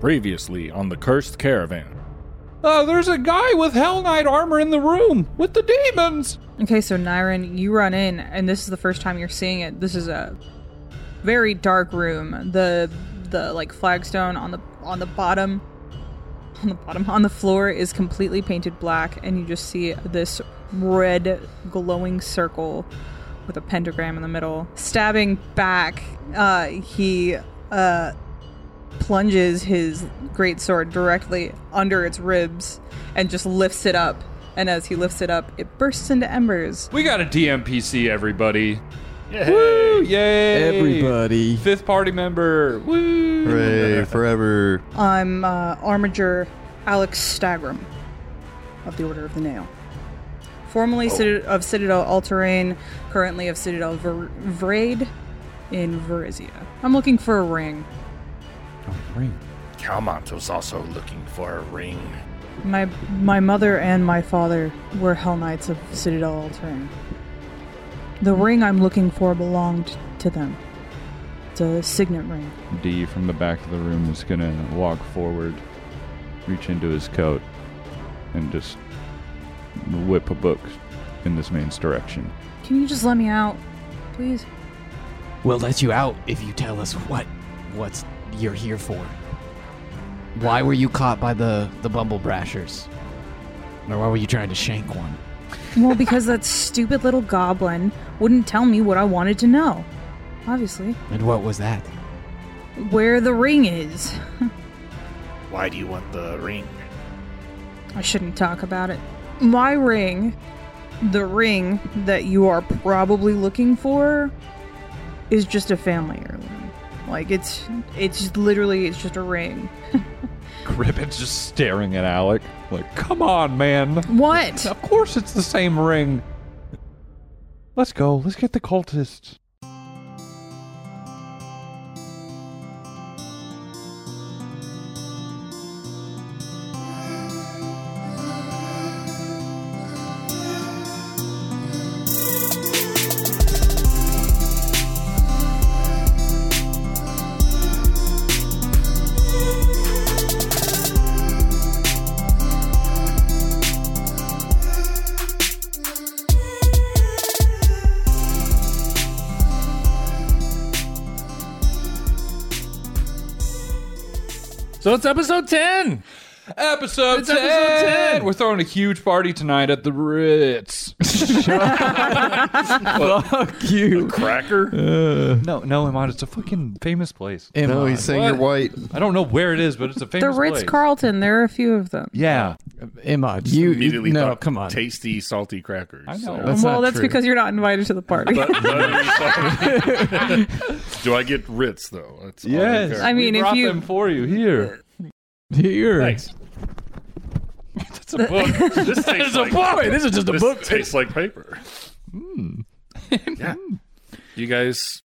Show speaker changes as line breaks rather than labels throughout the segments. Previously on the Cursed Caravan.
Uh, there's a guy with Hell Knight armor in the room with the demons.
Okay, so Niren, you run in, and this is the first time you're seeing it. This is a very dark room. The the like flagstone on the on the bottom on the bottom on the floor is completely painted black, and you just see this red glowing circle with a pentagram in the middle. Stabbing back, uh, he uh, plunges his great sword directly under its ribs and just lifts it up. And as he lifts it up, it bursts into embers.
We got a DMPC, everybody.
Yay!
Woo! Yay!
Everybody.
Fifth party member. Woo!
Hooray, forever.
I'm uh, Armiger Alex Stagram of the Order of the Nail. Formerly Citad- of Citadel Alterrain, currently of Citadel Ver- Vraid in Verizia. I'm looking for a ring.
Calmont was also looking for a ring.
My my mother and my father were Hell Knights of Citadel Altarin. The ring I'm looking for belonged to them. It's a signet ring.
D from the back of the room is gonna walk forward, reach into his coat, and just whip a book in this man's direction.
Can you just let me out, please?
We'll let you out if you tell us what what's you're here for. Why were you caught by the the bumble brashers? Or why were you trying to shank one?
Well, because that stupid little goblin wouldn't tell me what I wanted to know. Obviously,
And what was that?
where the ring is.
Why do you want the ring?
I shouldn't talk about it. My ring, the ring that you are probably looking for, is just a family heirloom. Like it's, it's literally, it's just a ring.
Griffin's just staring at Alec. Like, come on, man.
What?
Of course it's the same ring. Let's go. Let's get the cultists.
So it's episode 10!
Episode,
It's
10.
episode 10.
We're throwing a huge party tonight at the Ritz.
Fuck you.
Cracker?
no, no, Iman, it's a fucking famous place.
No, he's saying you're white.
I don't know where it is, but it's a
The
famous
Ritz
place.
Carlton. There are a few of them.
Yeah.
Imad, you
Immediately
no,
thought
come on.
Tasty, salty crackers.
I know.
That's
well,
not
that's
true.
because you're not invited to the party.
But- but- do I get Ritz, though? That's all I
Yes.
care.
I mean,
Oh, we
if
brought
you-
them for you here.
Here.
Thanks.
It's a book.
This tastes like,
Wait, this is just a
this
book.
tastes like paper.
Hmm.
yeah. You guys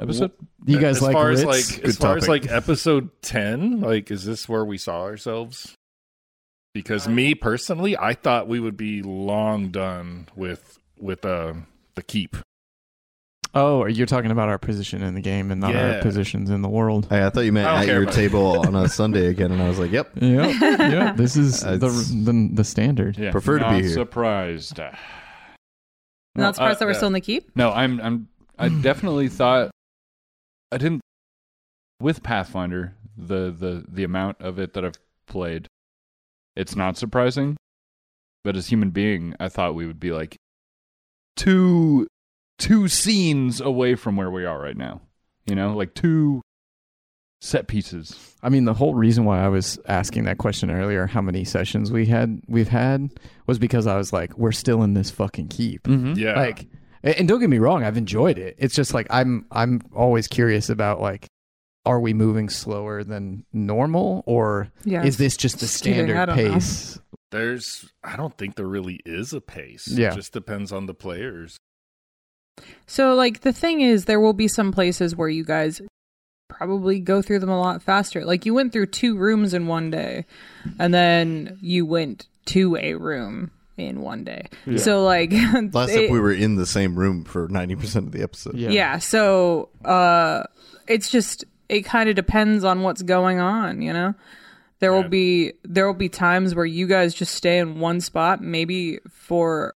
Episode.
You guys
as
like
far
Ritz?
as like
Good
as far as
topic.
like episode 10 like is this where we saw ourselves because me personally i thought we would be long done with with uh the keep
Oh, you're talking about our position in the game and not
Yeah.
our positions in the world.
Hey, I thought you meant
I don't
at
care
your
about
table on a Sunday again, and I was like, yep.
Yep. yep. This is the,
It's-
the the standard.
Yeah,
Prefer to be
not
here.
Surprised.
not surprised
Uh,
that we're
yeah.
still in the keep.
No, I'm. I'm. I definitely thought. I didn't. With Pathfinder, the the the amount of it that I've played, it's not surprising. But as human being, I thought we would be like two two scenes away from where we are right now. You know, like two set pieces.
I mean, the whole reason why I was asking that question earlier, how many sessions we had we've had, was because I was like, we're still in this fucking keep.
Mm-hmm.
yeah
Like, a- and don't get me wrong, I've enjoyed it. It's just like I'm I'm always curious about like, are we moving slower than normal, or
Yeah.
is this just the
Kidding, I
standard
don't know.
pace?
there's i don't think there really is a pace
Yeah.
it just depends on the players
So, like, the thing is, there will be some places where you guys probably go through them a lot faster. Like, you went through two rooms in one day, and then you went to a room in one day. So, like,
Last
it-
time we were in the same room for 90% of the episode.
yeah. so uh, it's just it kind of depends on what's going on, you know. There will
Right.
be there will be times where you guys just stay in one spot maybe for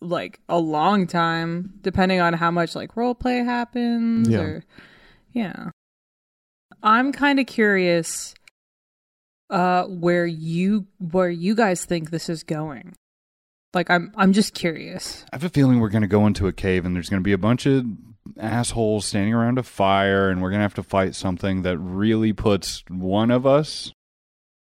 like a long time depending on how much like role play happens
Yeah.
or yeah. I'm kind of curious uh where you where you guys think this is going. Like I'm I'm just curious.
I have a feeling we're going to go into a cave and there's going to be a bunch of assholes standing around a fire and we're going to have to fight something that really puts one of us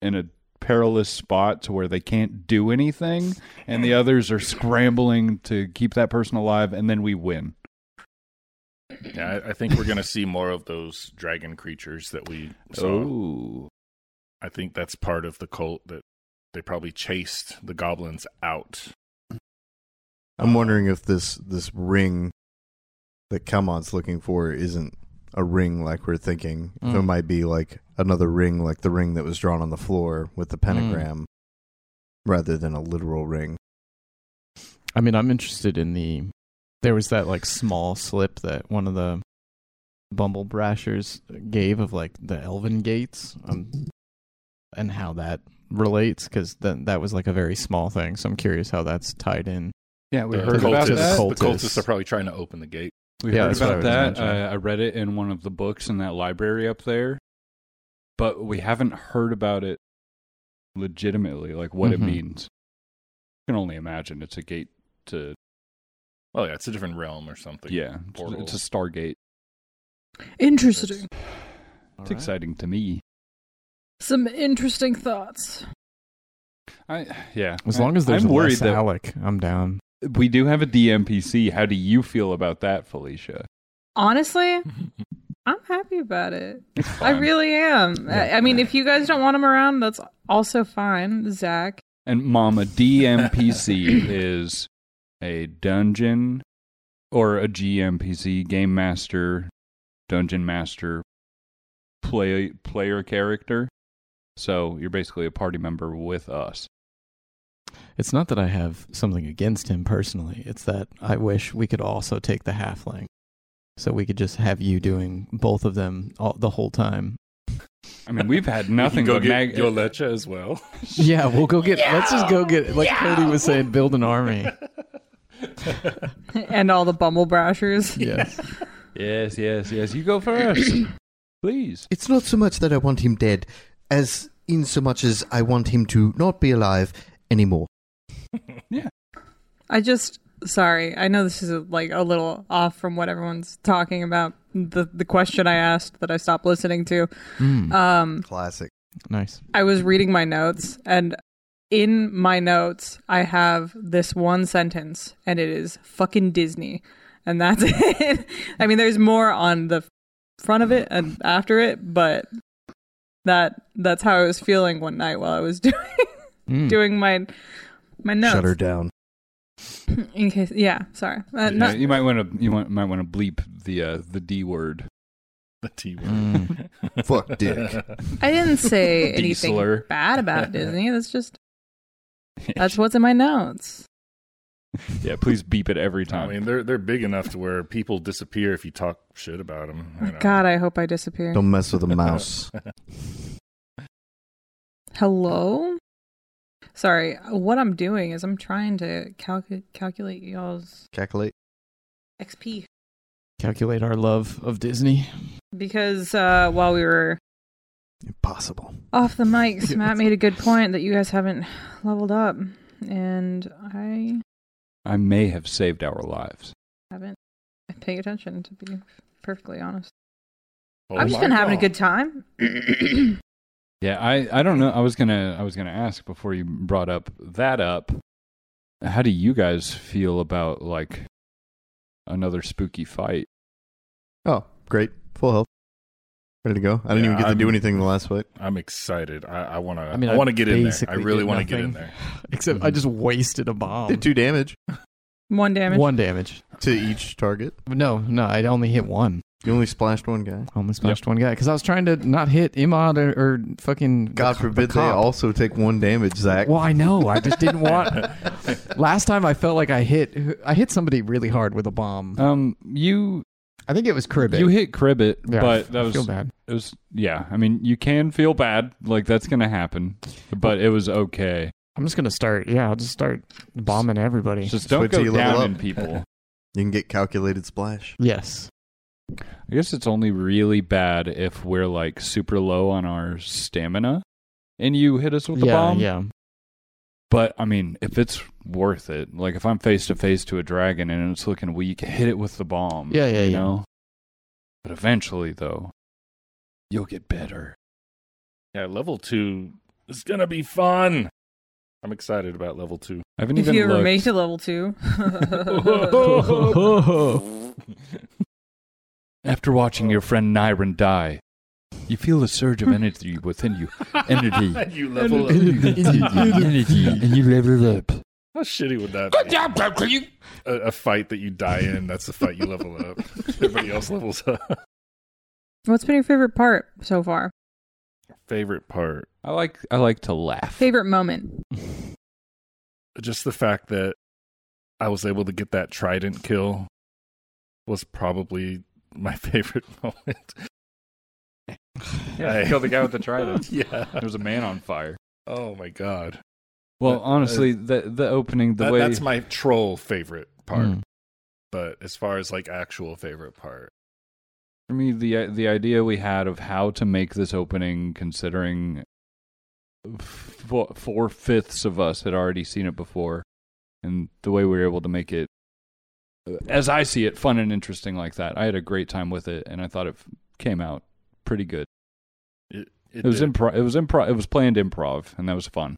in a perilous spot to where they can't do anything and the others are scrambling to keep that person alive and then we win.
Yeah, I, I think we're gonna see more of those dragon creatures that we saw.
Oh.
I think that's part of the cult that they probably chased the goblins out.
I'm wondering if this this ring that Kamon's looking for isn't a ring like we're thinking. If it
Mm.
might be like another ring, like the ring that was drawn on the floor with the pentagram, rather than a literal ring.
I mean, I'm interested in the. There was that like small slip that one of the Bumble Brashers gave of like the Elven Gates, um, and how that relates because then that was like a very small thing. So I'm curious how that's tied in.
Yeah, we
The
heard about
cultists-
that.
The cultists are probably trying to open the gate.
We
Yeah,
heard
that's what
about
I was
that.
imagining.
Uh, I read it in one of the books in that library up there, but we haven't heard about it legitimately, like what
Mhm.
it means. I can only imagine it's a gate to
Oh yeah, it's a different realm or something.
yeah, it's-
portal.
it's a stargate.
Interesting.
It's exciting to me.
Some interesting thoughts.
I yeah.
As
I-
long as there's
I'm worried
less
that
Alec, I'm down.
we do have a DMPC. How do you feel about that, Felicia?
Honestly, I'm happy about it.
It's
I
fine.
really am. I, I mean, if you guys don't want him around, that's also fine, Zach.
And Mama DMPC is a dungeon or a GMPC game master, dungeon master, play player character. So you're basically a party member with us.
It's not that I have something against him personally. It's that I wish we could also take the halfling, so we could just have you doing both of them all, the whole time.
I mean, we've had nothing
You can
but
go
mag-
get your lecha as well.
Yeah, we'll go get. Let's just go get. Like Cody was saying, build an army.
and all the bumble brashers.
Yes.
Yes, yes, yes. You go first, please.
It's not so much that I want him dead, as in so much as I want him to not be alive anymore.
I just sorry. I know this is like a little off from what everyone's talking about. The the question I asked that I stopped listening to.
Mm,
Um,
Classic.
nice.
I was reading my notes, and in my notes, I have this one sentence, and it is fucking Disney. And that's it. I mean, there's more on the front of it and after it, but that that's how I was feeling one night while I was doing
Mm.
doing my my notes.
Shut her down.
In case, yeah, sorry. Uh,
Yeah,
not-
you might want to you want, might want to bleep the uh, the D word.
the T word.
Mm.
Fuck dick.
I didn't say anything
Dieseler.
bad about Disney. That's just that's what's in my notes.
yeah. Please beep it every time.
I mean, they're they're big enough to where people disappear if you talk shit about them.
Oh, God, I hope I disappear.
Don't mess with a mouse.
Hello? Sorry, what I'm doing is I'm trying to calcu- calculate y'all's
Calculate.
XP
Calculate our love of Disney.
because uh, while we were
Impossible.
off the mics, Matt made a good point that you guys haven't leveled up, and I
I may have saved our lives.
haven't paid attention to be perfectly honest.
Oh
Oh
I've just been having a good time.
Yeah, I, I don't know. I was gonna I was gonna ask before you brought up that up. How do you guys feel about like another spooky fight?
Oh, great. Full health. Ready to go. I didn't even
Yeah,
get to do
I'm-
anything the last fight.
I'm excited. I, I want to. I
I mean, I
want to get in there. I
basically
really
did
want to get in
nothing.
there.
Except I just wasted a bomb.
Did two damage
One damage.
One damage.
to each target.
No, no, I only hit one.
You only splashed one guy.
I only splashed one guy because I was trying to not hit Imad or, or fucking.
God
the,
forbid
the
they
cop.
also take one damage, Zach.
Well, I know. I just didn't want. Last time I felt like I hit. I hit somebody really hard with a bomb.
Um, you
I think it was cribbit.
You hit Cribbit,
yeah, I f-
but that
I
was
feel bad.
it was yeah. I mean, you can feel bad, like that's gonna happen, but it was okay.
I'm just gonna start. Yeah, I'll just start bombing everybody.
Just don't
Wait till
go
you level
down
up.
in people.
You can get calculated splash.
Yes.
I guess it's only really bad if we're like super low on our stamina, and you hit us with the
yeah,
bomb.
yeah.
But I mean, if it's worth it, like if I'm face to face to a dragon and it's looking weak, hit it with the bomb.
Yeah, yeah,
you
yeah.
know. But eventually, though, you'll get better.
Yeah, level two is gonna be fun. I'm excited about level two.
I haven't
If
even
you ever
looked.
make it to level two,
After watching your friend Nyron die, you feel a surge of energy within you. Hmm. Energy.
you level up.
energy. And you level up.
How shitty would that be? A, a fight that you die in, that's the fight you level up. Everybody else levels up.
what's been your favorite part so far?
Favorite part.
I like I like to laugh.
Favorite moment?
Just the fact that I was able to get that trident kill was probably my favorite moment.
Yeah,
I-
kill the guy with the trident.
yeah.
There's a man on fire.
Oh my god.
Well,
That-
honestly, the the opening, the
That-
way
That's my troll favorite part.
Mm.
But as far as like actual favorite part,
for me the the idea we had of how to make this opening, considering four, four fifths of us had already seen it before, and the way we were able to make it, uh, as I see it, fun and interesting like that. I had a great time with it, and I thought it f- came out pretty good.
it,
It, was
did.
improv. It was improv. It was planned improv, and that was fun.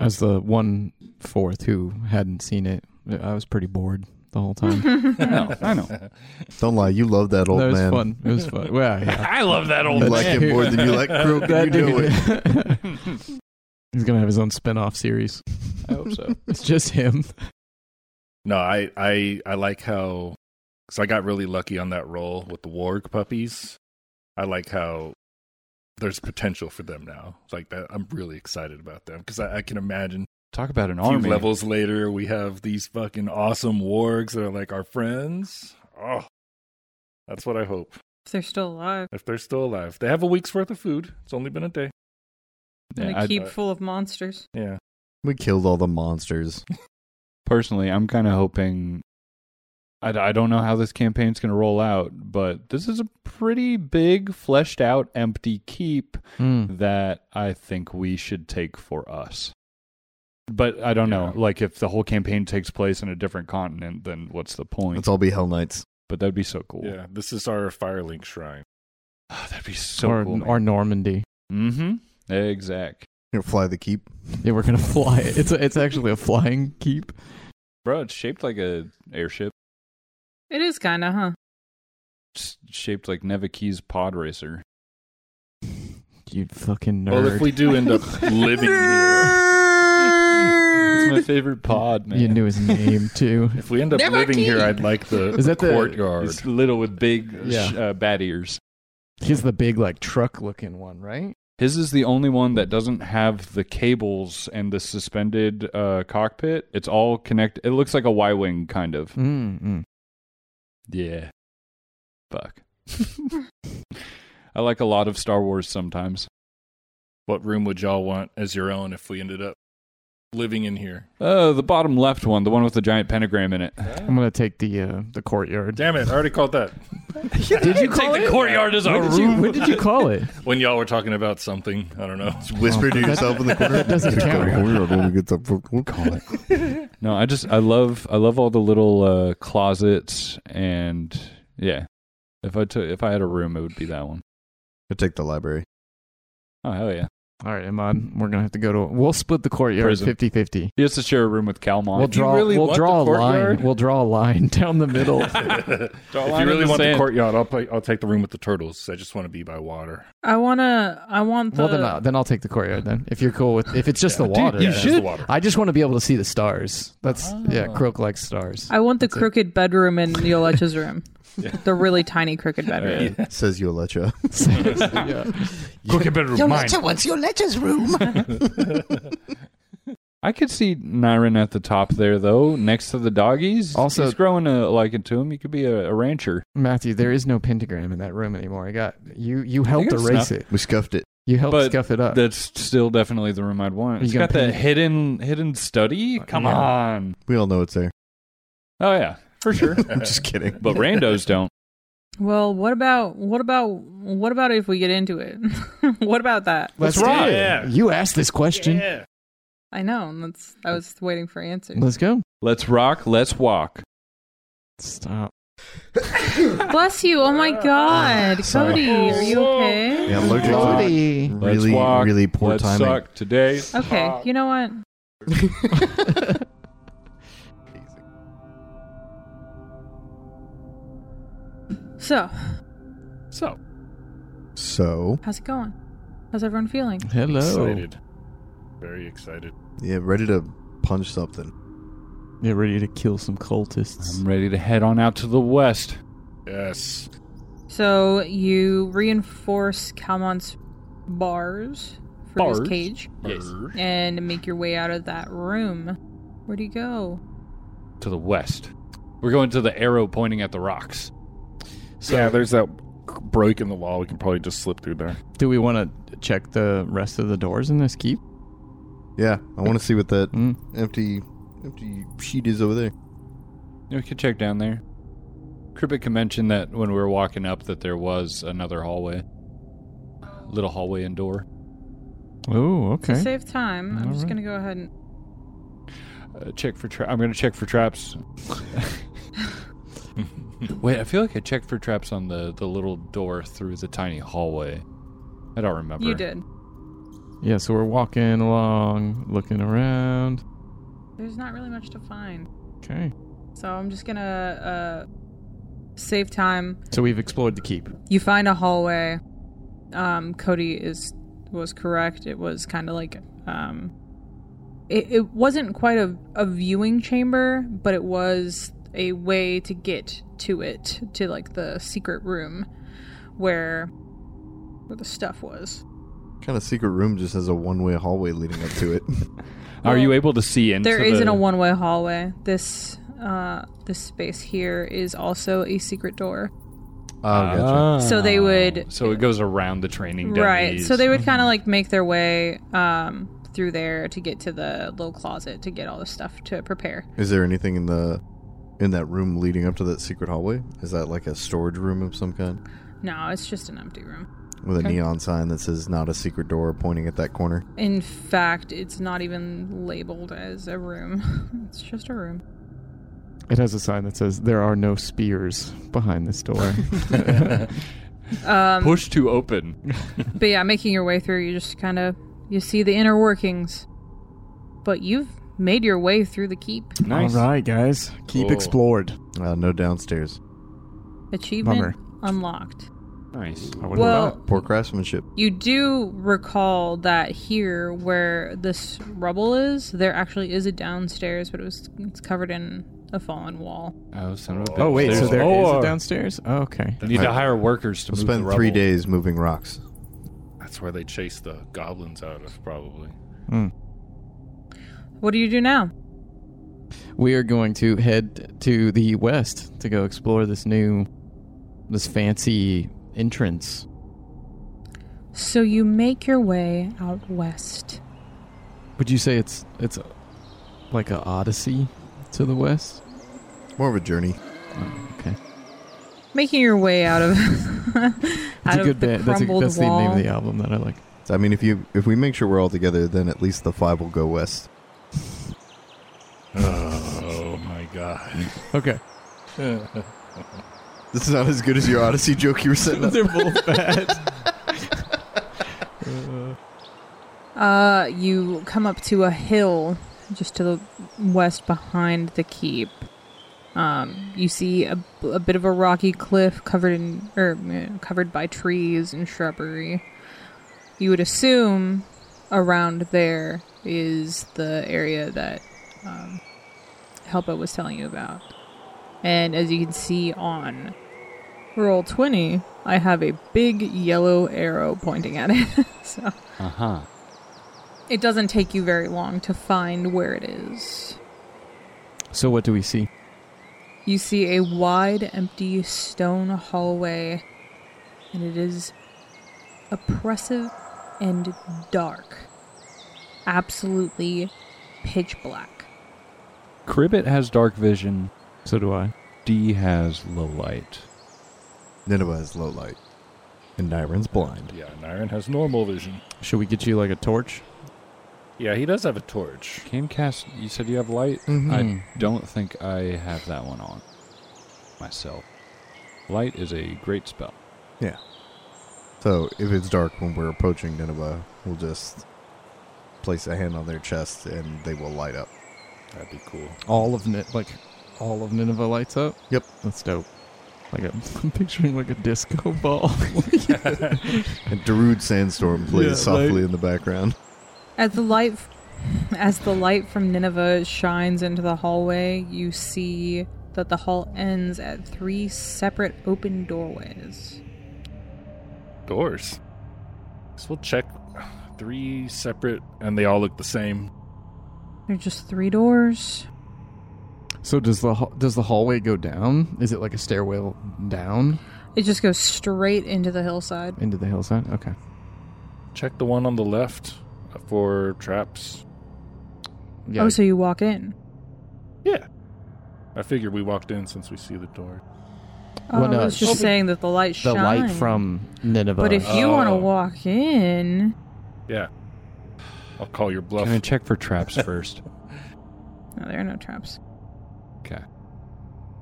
As the one fourth who hadn't seen it, I was pretty bored the whole time.
know, I know.
Don't lie, you love that old
that was
man.
fun. It was fun. Well, yeah.
I love that
You like him more than you like Crook.
That
You know it.
dude. He's gonna have his own spin-off series.
I hope so.
It's just him.
No, I I I like how because I got really lucky on that roll with the warg puppies. I like how there's potential for them now. It's like that, I'm really excited about them because I, I can imagine
Talk about an
a few
army.
levels later we have these fucking awesome wargs that are like our friends. Oh, that's what I hope.
If they're still alive,
If they're still alive, they have a week's worth of food. It's only been a day.
and
Yeah,
a
I-
keep full of monsters.
Yeah,
We killed all the monsters.
personally, I'm kind of hoping. I, I don't know how this campaign's going to roll out, but this is a pretty big, fleshed out, empty keep that I think we should take for us. But I don't know.
Yeah.
Like, if the whole campaign takes place in a different continent, then what's the point?
Let's all be Hell Knights.
But that'd be so cool.
yeah. This is our Firelink shrine.
that'd be so
or,
cool.
or Normandy.
mm hmm. Exact.
You're gonna fly the keep.
Yeah, we're gonna fly it. It's a, it's actually a flying keep.
Bro, it's shaped like a airship.
It is kind of, huh?
It's shaped like Neviki's pod racer.
You fucking nerd.
Well, if we do end up living here,
It's my favorite pod, man.
You knew his name too.
if we end up living here, I'd like the,
Is that the-
courtyard.
It's little with big
Yeah.
sh- uh, bat ears.
He's the big like truck looking one, right?
His is the only one that doesn't have the cables and the suspended uh, cockpit. It's all connected. It looks like a Y wing kind of.
Mm-mm.
Yeah. Fuck. I like a lot of Star Wars sometimes.
What room would y'all want as your own if we ended up living in here?
Oh, the bottom left one, the one with the giant pentagram in it.
I'm gonna take the uh, the courtyard.
Damn it, I already called that.
Did you call
Take the
it?
courtyard as a
When did, you,
room.
when did you call it?
When y'all were talking about something, I don't know.
Whisper to
that-
yourself in the corner.
that doesn't count.
count.
No, I just I love I love all the little uh, closets and yeah. If I took if I had a room, it would be that one.
I'll take the library.
Oh hell yeah!
All right, Imad, we're gonna have to go to. We'll split the courtyard
Prison.
50 50.
He has to share a room with Calmon.
We'll draw.
really
we'll
want
draw a
the courtyard?
line. We'll draw a line down the middle.
if
Draw a line
you
in
really
the
want
sand.
the courtyard, I'll play, I'll take the room with the turtles. I just want to be by water.
I wanna, I want the.
well, then, I'll, then I'll take the courtyard then. If you're cool with, if it's just the
Yeah.
water,
you
Yeah, it's
should-
the water.
I just want to be able to see the stars. That's yeah.
Ah.
Croak likes stars.
I want the
That's it.
crooked bedroom in Yolecha's room.
Yeah.
The really tiny crooked bedroom.
Yeah.
Says Yolecha.
yeah.
Crooked bedroom, mine.
what's your lecher's room?
I could see Niren at the top there, though, next to the doggies.
Also-
he's growing a liking to him. He could be a, a rancher.
Matthew, there is no pentagram in that room anymore. I got you. You helped
got
erase
snuff.
it.
We scuffed it.
You helped
But
scuff it up.
That's still definitely the room I'd want.
You
It's
gonna
got that
paint it?
hidden hidden study. Come
yeah.
on.
We all know it's there.
Oh yeah, for sure.
I'm just kidding.
but randos don't.
Well, what about what about what about if we get into it? what about that?
Let's
Let's
rock.
do it.
Yeah.
You asked this question.
Yeah.
I know. and That's I was waiting for answers.
Let's go.
Let's rock. Let's walk.
Stop.
Bless you. Oh my God,
Sorry.
Cody, are you okay?
Yeah, allergic to
Cody.
Let's
really,
walk.
really poor
Let's
timing.
suck today.
Okay. You know what? So,
So
So,
how's it going? How's everyone feeling?
Hello.
Excited. Very excited.
yeah, ready to punch something.
Get ready to kill some cultists.
I'm
Um,
ready to head on out to the west.
Yes.
So you reinforce Kalmon's bars for
Bars?
his cage
Yes.
and make your way out of that room. Where do you go?
To the west. We're going to the arrow pointing at the rocks.
So, yeah, there's that break in the wall. We can probably just slip through there.
Do we want to check the rest of the doors in this keep?
Yeah, I want to see what that
Mm.
empty, empty sheet is over there.
Yeah, We could check down there. Cribbit can mention that when we were walking up that there was another hallway. Little hallway and door.
Oh,
To
okay.
save time, I'm just gonna
Alright.
go ahead and
Uh, check for tra- I'm going to check for traps. Wait, I feel like I checked for traps on the, the little door through the tiny hallway. I don't remember.
you did.
Yeah, so we're walking along, looking around.
There's not really much to find,
Okay.
so I'm just gonna uh, save time.
So we've explored the keep.
You find a hallway. Um, Cody is was correct. It was kind of like um, it, it wasn't quite a, a viewing chamber, but it was a way to get to it to like the secret room where where the stuff was.
Kind of secret room just has a one-way hallway leading up to it.
Are you able to see into
There
the...
isn't a one-way hallway. This uh, this space here is also a secret door.
oh, gotcha.
Ah.
So they would-
So it goes around the training dummies.
Right. So they would kind
Mm-hmm.
of like make their way um, through there to get to the little closet to get all the stuff to prepare.
Is there anything in the in that room leading up to that secret hallway? Is that like a storage room of some kind
No, it's just an empty room.
with a
Okay.
neon sign that says "Not a secret door" pointing at that corner?
In fact, it's not even labeled as a room. it's just a room.
It has a sign that says, There are no spears behind this door.
Um,
Push to open.
But yeah, making your way through, you just kind of you see the inner workings. But you've made your way through the keep.
Nice.
All right, guys. Keep
Cool.
explored.
Uh, no downstairs.
Achievement
Bummer.
unlocked.
Nice.
I wouldn't allow
Well,
Poor craftsmanship.
You do recall that here, where this rubble is, there actually is a downstairs, but it was it's covered in a fallen wall.
Oh, son of a bitch.
oh, wait, so
There's
there is
more.
a downstairs? Oh, okay.
Need to hire workers to
We'll
move
spend
the
three
rubble.
days moving rocks.
That's where they chase the goblins out of, probably.
What do you do now?
We are going to head to the west to go explore this new, this fancy entrance.
So you make your way out west.
Would you say it's it's a, like a odyssey to the west?
More of a journey.
Making your way out of
It's
out
a
of
good
the
band. That's, a,
crumbled
that's the
wall.
name of the album that I like.
So, I mean, if you if we make sure we're all together, then at least the five will go west.
Oh my god.
Okay,
This is not as good as your Odyssey joke you were setting up.
they're both bad.
Uh, you come up to a hill just to the west behind the keep. Um, you see a, a bit of a rocky cliff covered in or uh, covered by trees and shrubbery. You would assume around there is the area that um, Helpa was telling you about. And as you can see on roll 20, I have a big yellow arrow pointing at it. so
Uh-huh.
It doesn't take you very long to find where it is.
So what do we see?
You see a wide, empty stone hallway, and it is oppressive and dark. Absolutely pitch black.
Cribbit has dark vision.
So do I.
D has low light.
Nineveh is low light, and Niren's blind.
Yeah, Niren has normal vision.
Should we get you like a torch?
Yeah, he does have a torch.
Can cast. You said you have light. I don't think I have that one on myself. Light is a great spell.
So if it's dark when we're approaching Nineveh, we'll just place a hand on their chest and they will light up.
That'd be cool.
All of Ni- like all of Nineveh lights up.
Yep.
That's dope. Like a, I'm picturing like a disco ball.
And Darude Sandstorm plays
Yeah,
softly
like-
in the background.
As the light, f- as the light from Nineveh shines into the hallway, you see that the hall ends at three separate open doorways.
Doors. So we'll check three separate, and they all look the same.
They're just three doors.
so does the ha- does the hallway go down? Is it like a stairwell down
It just goes straight into the hillside.
into the hillside? Okay.
Check the one on the left uh, for traps.
Yeah.
Oh, so you walk in.
Yeah. I figure we walked in since we see the door.
Oh,
Well, no,
I was just
open-
saying that the light
the light
shine.
from Nineveh.
But if you want to
Oh.
walk in,
Yeah. I'll call your bluff.
Can I check for traps first?
no, there are no traps.
Okay.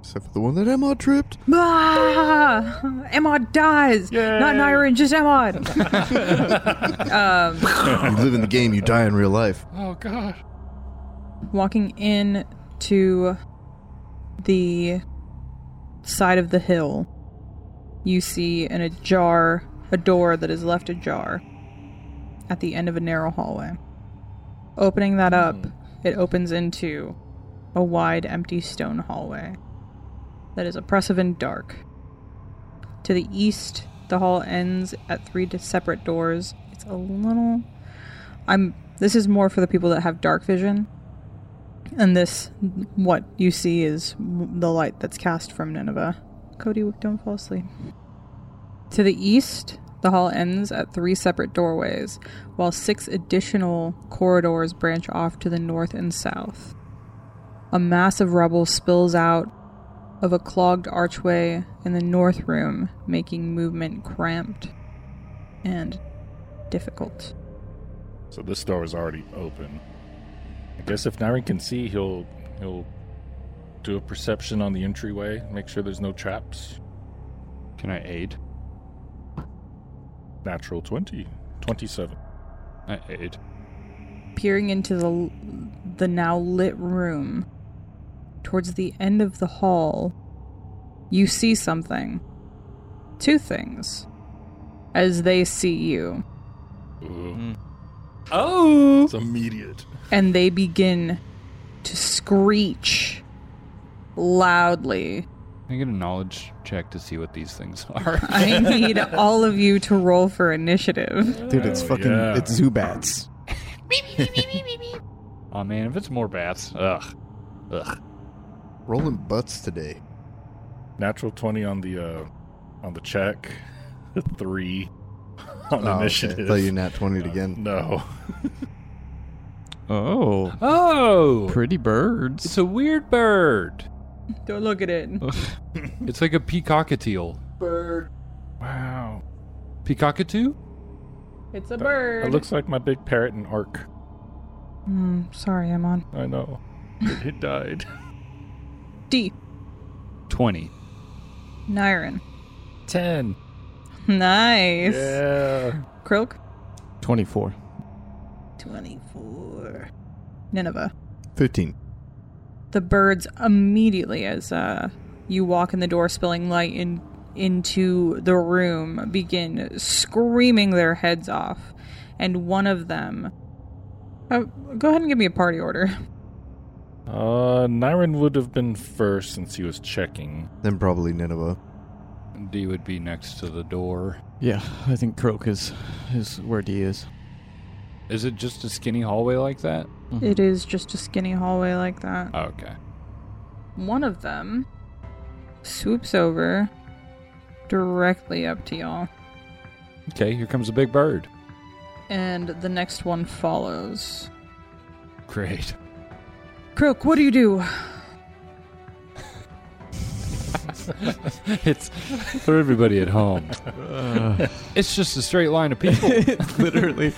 Except for the one that Emma tripped.
Ah! Emod dies. Not Niren, just Emod. um,
you live in the game, you die in real life.
Oh God.
walking in to the side of the hill, you see in a jar a door that is left ajar at the end of a narrow hallway. Opening that up, it opens into a wide, empty stone hallway that is oppressive and dark. To the east, the hall ends at three di- separate doors. It's a little. I'm. This is more for the people that have dark vision. And this, what you see is the light that's cast from Nineveh. Cody, don't fall asleep. To the east, the hall ends at three separate doorways, while six additional corridors branch off to the north and south. A mass of rubble spills out of a clogged archway in the north room, making movement cramped and difficult.
So this door is already open. I guess if Niren can see, he'll he'll do a perception on the entryway, make sure there's no traps.
Can I aid?
Natural 20. 27.
I aid.
peering into the the now lit room towards the end of the hall you see something two things as they see you
Ooh.
Hmm. Oh.
It's immediate.
and they begin to screech loudly
Can I get a knowledge check to see what these things are?
i need all of you to roll for initiative
dude, it's
Oh,
fucking
yeah.
it's Zubats.
oh man, if it's more bats, ugh, ugh.
Rolling butts today.
Natural 20 on the uh on the check. 3 on
Oh, okay.
initiative.
Thought you nat 20 'd again.
No.
Oh,
Oh,
pretty birds.
it's a weird bird.
don't look at it
It's like a peacockateal.
Wow.
Peacockatoo?
it's a
It
bird
looks like my big parrot in Ark.
Hmm, sorry i'm on
I know. It, it died.
d
Twenty.
Niren.
10.
nice
Yeah.
Krilk?
Twenty-four.
24. Nineveh.
15.
The birds immediately, as uh, you walk in the door, spilling light in, into the room, begin screaming their heads off. And one of them. Uh, go ahead and give me a party order.
Uh, Niren would have been first since he was checking.
Then probably Nineveh.
D would be next to the door.
Yeah, I think Croak is is where D is.
Is it just a skinny hallway like that?
It is just a skinny hallway like that.
Oh, okay.
One of them swoops over directly up to y'all,
Okay, here comes a big bird.
and the next one follows.
Great.
Croak, what do you do?
it's for everybody at home. It's just a straight line of people.
literally.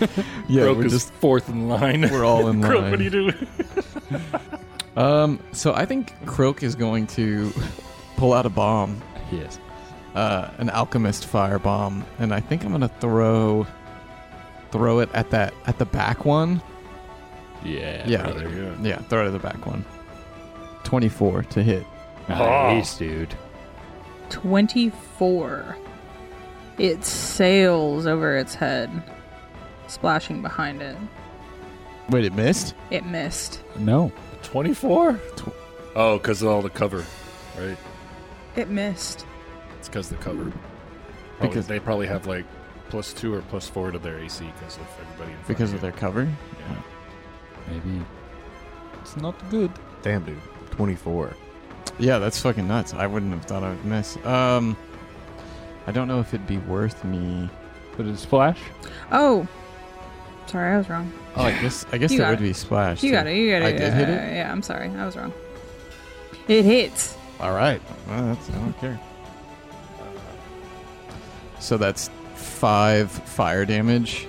Yeah,
Broke
we're
is
just
fourth in line.
we're all in line.
Croak, what do you do?
Um, so I think Croak is going to pull out a bomb,
yes.
uh, an alchemist fire bomb, and I think I'm gonna throw throw it at that at the back one.
Yeah.
Yeah.
brother.
Yeah, throw it at the back one. Twenty four to hit. Ah.
Nice, dude.
24. It sails over its head, splashing behind it.
Wait, it missed.
It missed.
No.
Twenty four. Oh, because of all the cover, right?
It missed.
It's because the cover. Probably-
Because-
Oh, they probably have like plus two or plus four to their AC because of everybody. In front
Because
you.
of their cover?
Yeah.
Maybe. It's not good.
Damn, dude. 24.
Yeah, that's fucking nuts. I wouldn't have thought I would miss. Um, I don't know if it'd be worth me.
But it's splash.
Oh! Sorry, I was wrong.
Oh, I guess I guess
You
it
got
would
it.
be splashed.
You got it, you got it.
I did hit it?
Yeah, I'm sorry. I was wrong. It hits.
All right. Well, that's, I don't care. So that's five fire damage,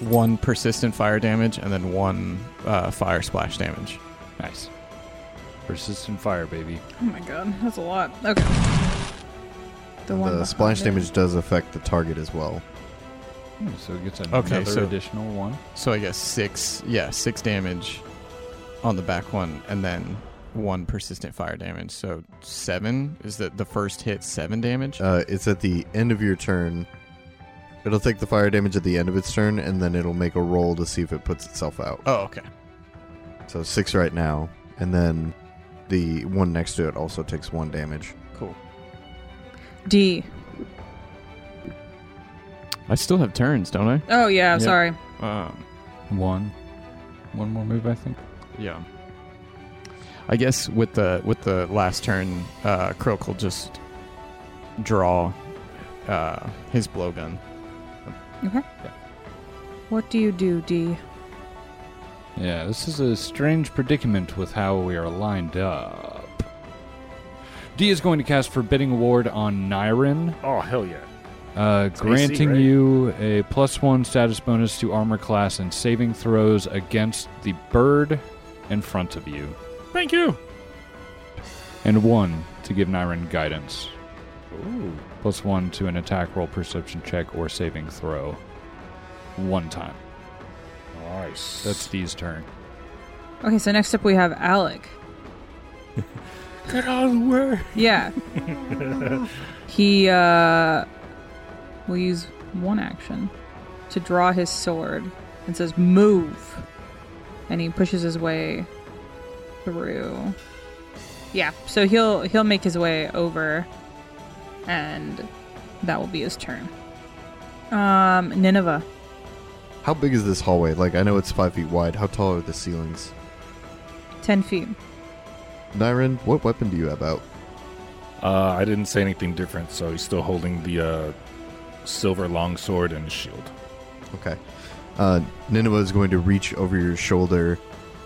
one persistent fire damage, and then one uh, fire splash damage.
Nice. Persistent fire, baby.
Oh my god, that's a lot. Okay.
The, splash damage does affect the target as well.
Hmm, So it gets another
Okay, so-
additional one.
So I guess six, yeah, six damage on the back one, and then one persistent fire damage. So seven is that the first hit seven damage?
Uh, it's at the end of your turn. It'll take the fire damage at the end of its turn, and then it'll make a roll to see if it puts itself out.
oh, okay.
So six right now, and then the one next to it also takes one damage.
Cool.
D.
I still have turns, don't
Oh yeah,
Yeah.
sorry.
I? Um,
One. One more move, I think.
yeah. I guess with the with the last turn, uh, Croak will just draw uh, his blowgun.
What do you do, D?
Yeah, this is a strange predicament with how we are lined up. D is going to cast Forbidding Ward on Nyrin,
Oh hell yeah!
uh,
AC,
granting
right?
you a plus one status bonus to armor class and saving throws against the bird in front of you,
Thank you.
and one to give Nyrin guidance.
Ooh.
Plus one to an attack roll, perception check, or saving throw. One time.
Nice.
That's D's turn.
Okay, so next up we have Alec.
get out of the way.
Yeah. he uh, will use one action to draw his sword and says, Move! And he pushes his way through. Yeah, so he'll he'll make his way over and that will be his turn. Um Nineveh.
How big is this hallway? Like, I know it's five feet wide. How tall are the ceilings?
Ten feet.
Nyrin, what weapon do you have out?
Uh, I didn't say anything different, so he's still holding the uh, silver longsword and shield.
Okay. Uh, Nineveh is going to reach over your shoulder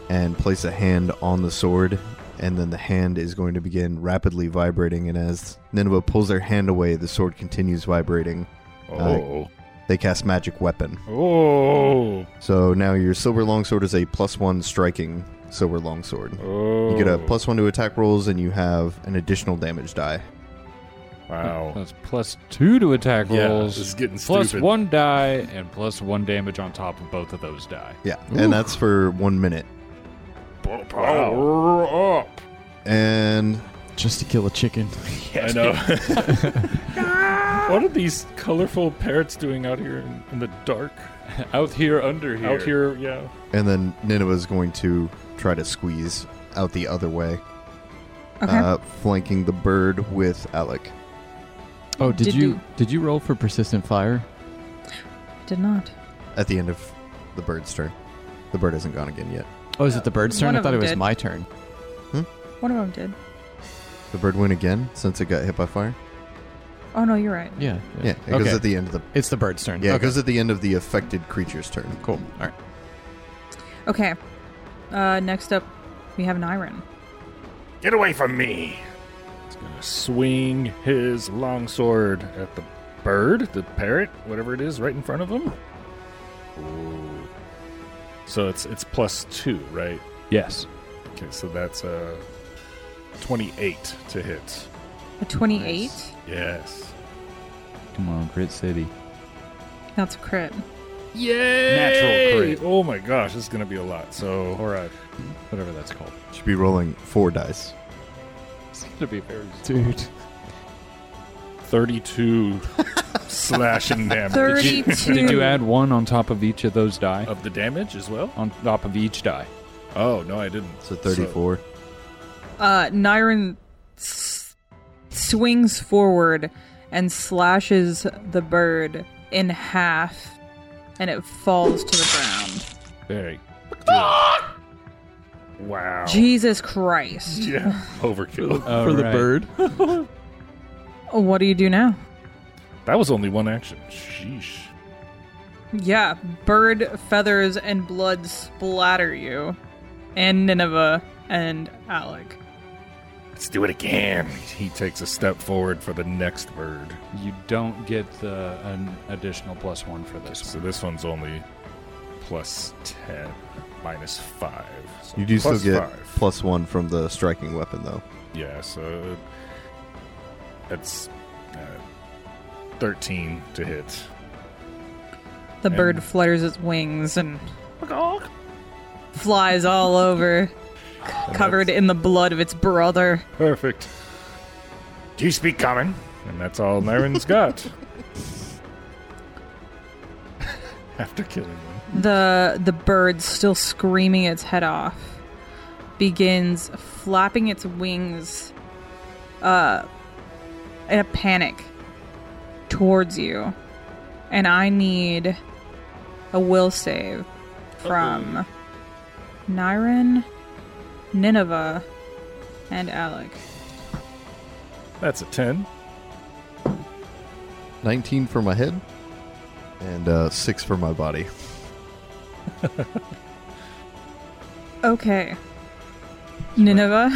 and place a hand on the sword, and then the hand is going to begin rapidly vibrating. And as Nineveh pulls their hand away, the sword continues vibrating.
Oh,
They cast Magic Weapon.
oh,
So now your Silver Longsword is a plus one striking Silver Longsword.
oh!
You get a plus one to attack rolls, and you have an additional damage die.
Wow.
That's plus two to attack
Yeah,
rolls.
this is getting
plus
stupid.
one die and plus one damage on top of both of those die.
Yeah, and that's for one minute.
Oh, Power up.
And
Just to kill a chicken.
I know. what are these colorful parrots doing out here in, in the dark?
Out here, under here.
Out here, yeah.
and then Nineveh is going to try to squeeze out the other way.
Okay.
uh, flanking the bird with Alec.
Oh, did,
Did
you
you-
did you roll for persistent fire?
Did not.
at the end of the bird's turn. The bird hasn't gone again yet.
Oh, is it the bird's
Uh,
turn?
One
I
of
thought it
them
was
did.
my turn.
One of them did.
The bird went again since it got hit by fire.
Oh no, you're right.
Yeah.
Yeah, it goes
Okay.
at the end of the
It's the bird's turn.
yeah, it
Okay.
goes at the end of the affected creature's turn.
Cool. All right.
Okay. Uh, next up, we have an iron.
Get away from me! He's gonna swing his longsword at the bird, the parrot, whatever it is, right in front of him. Ooh. So it's it's plus two, right?
Yes.
Okay, so that's uh, twenty-eight to hit.
A 28.
Yes.
Come on, Crit City.
That's a crit.
Yay!
Natural crit.
Oh my gosh, this is gonna be a lot. So, all right, whatever that's called.
Should be rolling four dice.
It's gonna be very
Dude.
Thirty-two slashing damage.
32.
Did you add one on top of each of those die?
of the damage as well?
on top of each die.
Oh no, I didn't.
So thirty-four.
Uh, Nyron s- swings forward and slashes the bird in half, and it falls to the ground.
Very. wow.
Jesus Christ.
Yeah. Overkill.
All
For the
right.
bird.
What do you do now?
That was only one action. Sheesh.
Yeah, bird feathers and blood splatter you, and Nineveh and Alec.
Let's do it again. He takes a step forward for the next bird.
You don't get the an additional plus one for this
So
one.
this one's only plus ten, minus five. So
You do
plus
still get
five.
plus one from the striking weapon though.
Yeah. So that's uh, thirteen to hit.
The
And-
bird flutters its wings and flies all over, c- covered in the blood of its brother.
Perfect. Do you speak common? And that's all Naren's got. After killing him.
The the bird, still screaming its head off, begins flapping its wings, uh, in a panic, towards you, and I need a will save from Niren, Nineveh, and Alec.
That's a 10.
Nineteen for my head, and uh, six for my body.
Okay. Nineveh,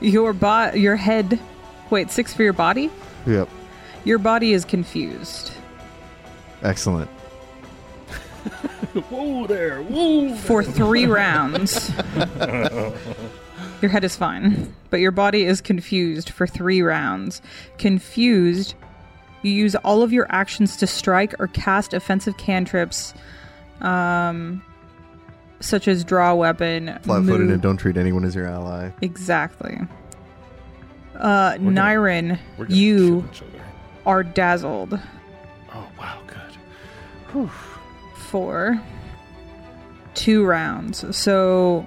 your bo- your head. Wait, six for your body.
Yep.
Your body is confused.
Excellent.
Whoa there. Whoa.
for three rounds. your head is fine, but your body is confused for three rounds. Confused, you use all of your actions to strike or cast offensive cantrips, um, such as draw weapon,
Flat-footed
move-
and don't treat anyone as your ally.
exactly. Uh,
We're gonna-
Niren,
We're gonna
you
kill each other.
are dazzled
Oh, wow. Good.
for two rounds. So,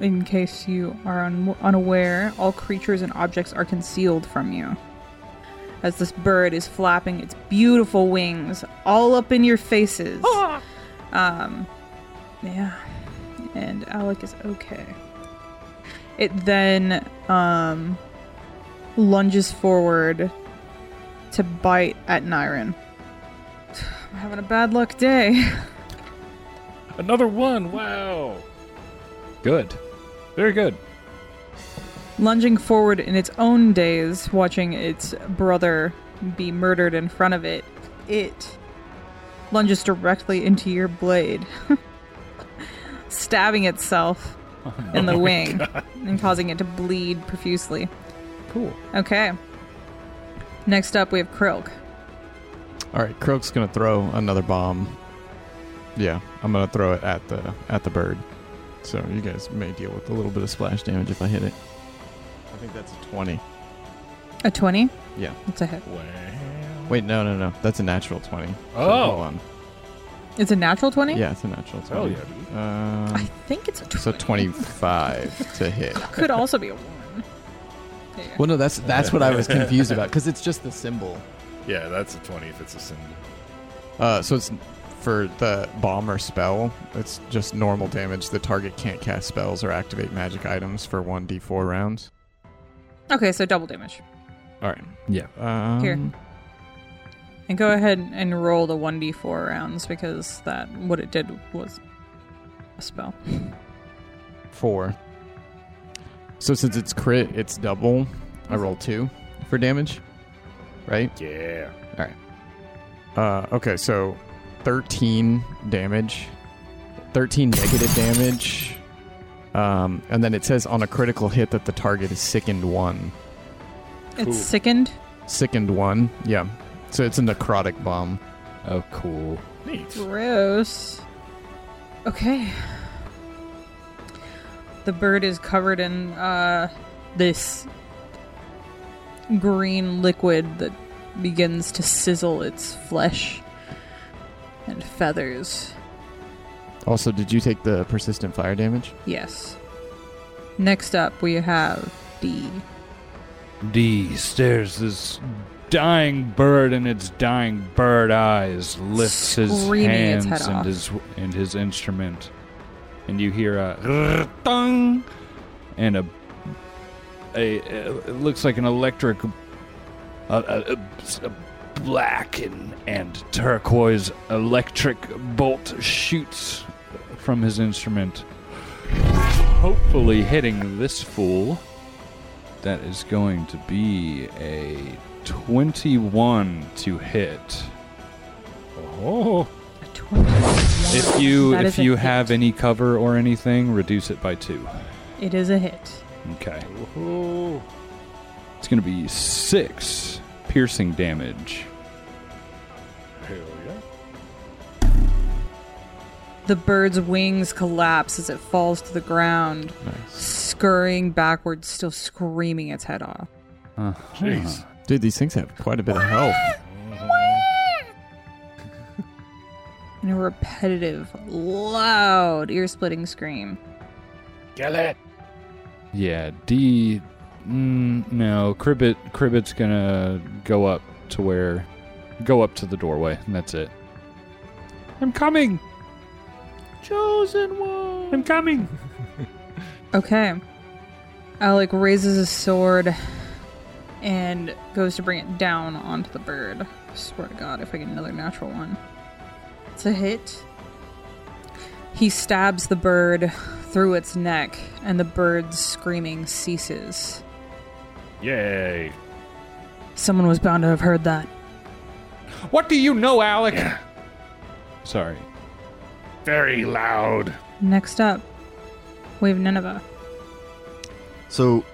in case you are un- unaware, all creatures and objects are concealed from you. As this bird is flapping its beautiful wings all up in your faces. Um, yeah. And Alec is okay. It then um, lunges forward to bite at Niren. I'm having a bad luck day.
Another one. Wow.
Good. Very good.
lunging forward in its own days, watching its brother be murdered in front of it, it lunges directly into your blade, stabbing itself
Oh,
in
Oh
the wing and causing it to bleed profusely.
Cool.
Okay. Next up, we have Krilk.
All right. Croak's gonna throw another bomb. Yeah, I'm gonna throw it at the at the bird. So you guys may deal with a little bit of splash damage if I hit it. I think that's a twenty.
A 20?
Yeah.
It's a hit.
Wow.
Wait, no, no, no. That's a natural twenty. So hold
Oh.
on.
It's a natural 20?
Yeah, it's a natural twenty.
Hell yeah, dude.
I
Um,
think it's a 20.
so 25 to hit.
Could also be a 1. Yeah.
Well, no, that's that's what I was confused about because it's just the symbol.
Yeah, that's a 20 if it's a symbol.
Uh, so it's
for the bomb or spell, it's just normal damage. The target can't cast spells or activate magic items for 1d4 rounds.
Okay, so double damage.
All right.
Yeah.
Um,
Here. And go ahead and roll the 1d4 rounds because that what it did was a spell.
Four.
So since it's crit, it's double. I roll two for damage, right?
Yeah.
Uh, okay, so
13 damage, 13 negative damage. Um, and then it says on a critical hit that the target is sickened one.
Cool.
It's sickened.
Sickened one, yeah. So it's a necrotic bomb.
Oh, cool.
Neat.
Gross. Okay. The bird is covered in uh, this green liquid that begins to sizzle its flesh and feathers.
Also, did you take the persistent fire damage?
Yes. Next up, we have D.
D stares this dying bird in its dying bird eyes, lifts his
Screaming its
hands
head off.
and his and his instrument, and you hear a thong and a a it looks like an electric a, a, a- a black and, and turquoise electric bolt shoots from his instrument, hopefully hitting this fool. That is going to be a 21 to hit.
Oh,
A 21.
If you
That
if
is a
you
hit.
have any cover or anything, reduce it by 2.
It is a hit.
Okay. It's going to be 6 piercing damage.
hell yeah.
The bird's wings collapse as it falls to the ground, scurrying backwards, still screaming its head off.
Uh,
Hmm.
Jeez.
Dude, these things have quite a bit of health.
In a repetitive, loud, ear splitting scream.
Yeah, D mm, no, Cribbit Cribbit's going to go up to where go up to the doorway, and that's it. I'm coming.
Chosen one.
I'm coming.
Okay. Alec raises his sword and goes to bring it down onto the bird. Swear to God, if I get another natural one. It's a hit. He stabs the bird through its neck, and the bird's screaming ceases.
Yay.
Someone was bound to have heard that.
What do you know, Alec? Sorry.
Very loud.
Next up, we have Nineveh.
So,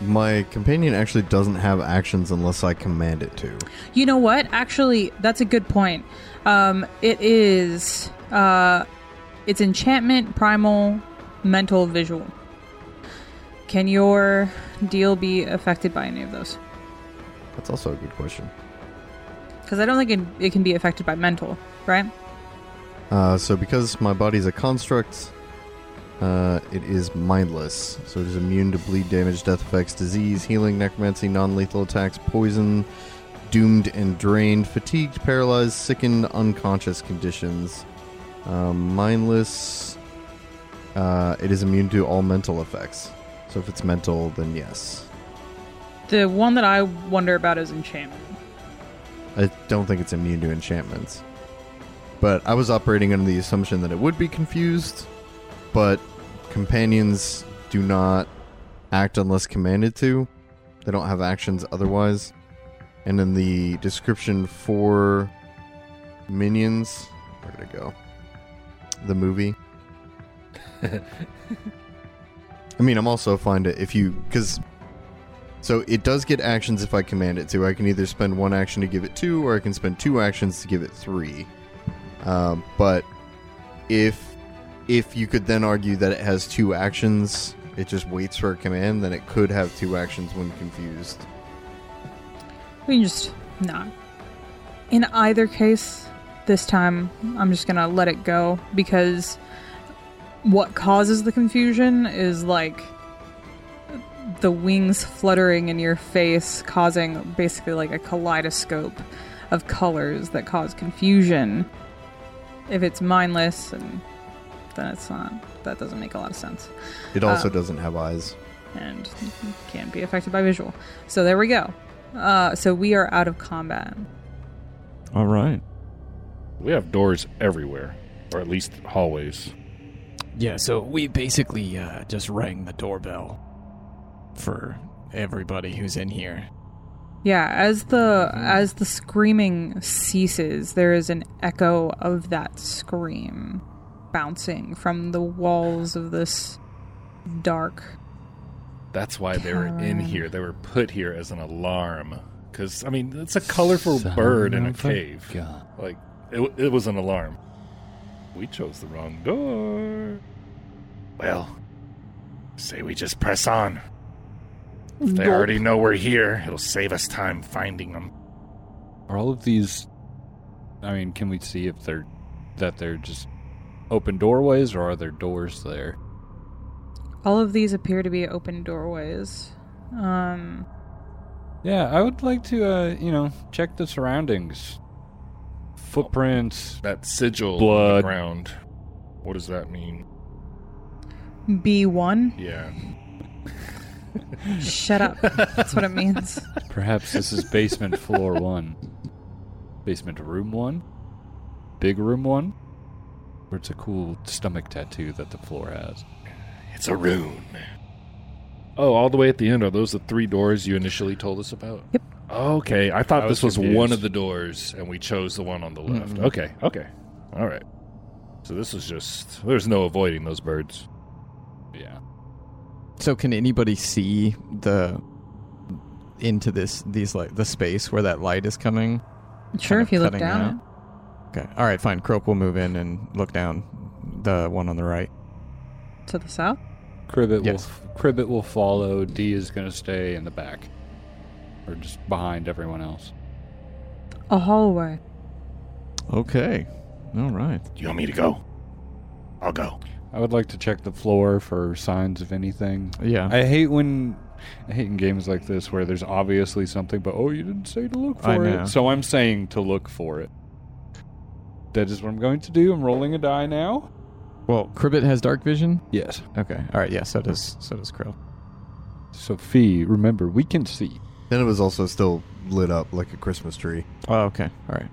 my companion actually doesn't have actions unless I command it to.
You know what? Actually, that's a good point. Um, it is. Uh, it's enchantment, primal, mental, visual. Can your deal be affected by any of those?
That's also a good question.
Because I don't think it, it can be affected by mental, right?
Uh, so, because my body's a construct, uh, it is mindless. So, it is immune to bleed damage, death effects, disease, healing, necromancy, non lethal attacks, poison, doomed and drained, fatigued, paralyzed, sickened, unconscious conditions. Um, mindless, uh, it is immune to all mental effects. So, if it's mental, then yes.
The one that I wonder about is enchantment.
I don't think it's immune to enchantments. But I was operating under the assumption that it would be confused, but companions do not act unless commanded to. They don't have actions otherwise. And in the description for minions, where did it go? The movie. I mean, I'm also fine to if you because so it does get actions if I command it to. I can either spend one action to give it two, or I can spend two actions to give it three. Um, but if if you could then argue that it has two actions, it just waits for a command, then it could have two actions when confused.
We can just not. In either case, this time I'm just gonna let it go because what causes the confusion is like the wings fluttering in your face, causing basically like a kaleidoscope of colors that cause confusion. if it's mindless, and then it's not. That doesn't make a lot of sense,
It also
Um,
doesn't have eyes.
and can be affected by visual. So there we go. Uh, so we are out of combat.
All right.
We have doors everywhere, or at least hallways.
Yeah, so we basically uh, just rang the doorbell for everybody who's in here.
Yeah, as the
Mm-hmm.
as the screaming ceases, there is an echo of that scream bouncing from the walls of this dark.
That's why they were in
Karen.
here. They were put here as an alarm. Because, I mean, it's a colorful bird in a cave. Like, it, w- it was an alarm. We chose the wrong door. Well, say we just press on. If they already know we're here, it'll save us time finding them.
Are all of these? I mean, can we see if they're that they're just open doorways, or are there doors there?
All of these appear to be open doorways. Um,
Yeah, I would like to, uh, you know, check the surroundings, footprints.
That sigil on the
Blood.
ground. What does that mean?
B one.
Yeah.
Shut up. That's what it means.
Perhaps this is basement floor one, basement room one, big room one. Or it's a cool stomach tattoo that the floor has.
It's a rune. Oh, all the way at the end. Are those the three doors you initially told us about?
Yep.
Okay, I thought
I
this was
was
one
confused.
of the doors, and we chose the one on the left.
Mm-hmm.
Mm-mm.
Okay, okay, all right. So this is just there's no avoiding those birds.
Yeah.
So can anybody see the into this these like the space where that light is coming?
Sure,
Kind
if
of
you look
cutting
down.
Okay. All right. Fine. Croak will move in and look down. The one on the right.
it To the south.
Cribbit
Yes.
will Cribbit will follow. D is gonna stay in the back, or just behind everyone else.
A hallway.
Okay. All right.
Do you want me to go? I'll go.
I would like to check the floor for signs of anything.
Yeah.
I hate when I hate in games like this where there's obviously something, but oh, you didn't say to look for
I know.
it. So I'm saying to look for it. That is what I'm going to do. I'm rolling a die now.
well, Cribbit has dark vision.
Yes.
Okay. All right. Yeah. So does so does Krill.
Sophie, remember we can see.
Then it was also still lit up like a Christmas tree,
Oh, okay. All right.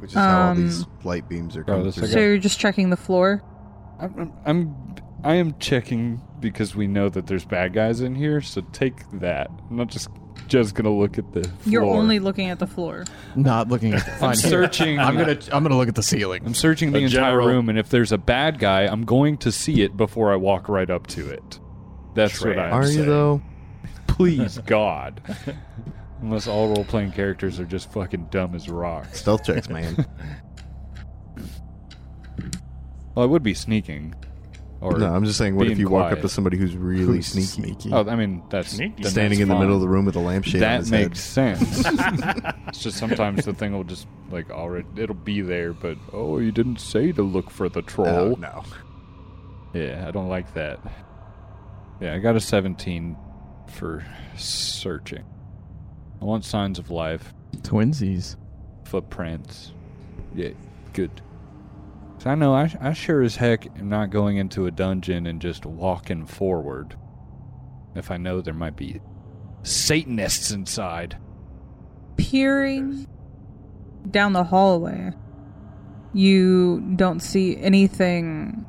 which is how all
Um,
these light beams are coming
this
through.
Okay.
So you're just checking the floor.
I'm, I'm, I'm I am checking because we know that there's bad guys in here. So take that. I'm not just just gonna look at the. Floor.
You're only looking at the floor.
Not looking at the
I'm
fine.
searching.
I'm gonna I'm gonna look at the ceiling.
I'm searching the
A
entire
general-
room, and if there's a bad guy, I'm going to see it before I walk right up to it. That's what I'm
Trey.
Are you
saying.
though?
Please, God. Unless all role playing characters are just fucking dumb as rocks.
Stealth checks, man.
Well, I would be sneaking. Or
no, I'm just saying, what if
being
you walk up
quiet.
to somebody who's really sneaky,
Oh, I mean that's
Sneaky.
then
standing
that's
in the middle
fine.
of the room with a lampshade on
That
his
makes sense. it's just sometimes the thing will just like already it'll be there, but oh, you didn't say to look for the
head?
troll.
Oh, no.
Yeah, I don't like that. Yeah, I got a 17 for searching. I want signs of life,
Twinsies.
footprints. Yeah, good. 'Cause I know I, I sure as heck am not going into a dungeon and just walking forward. If I know there might be Satanists inside.
peering down the hallway, you don't see anything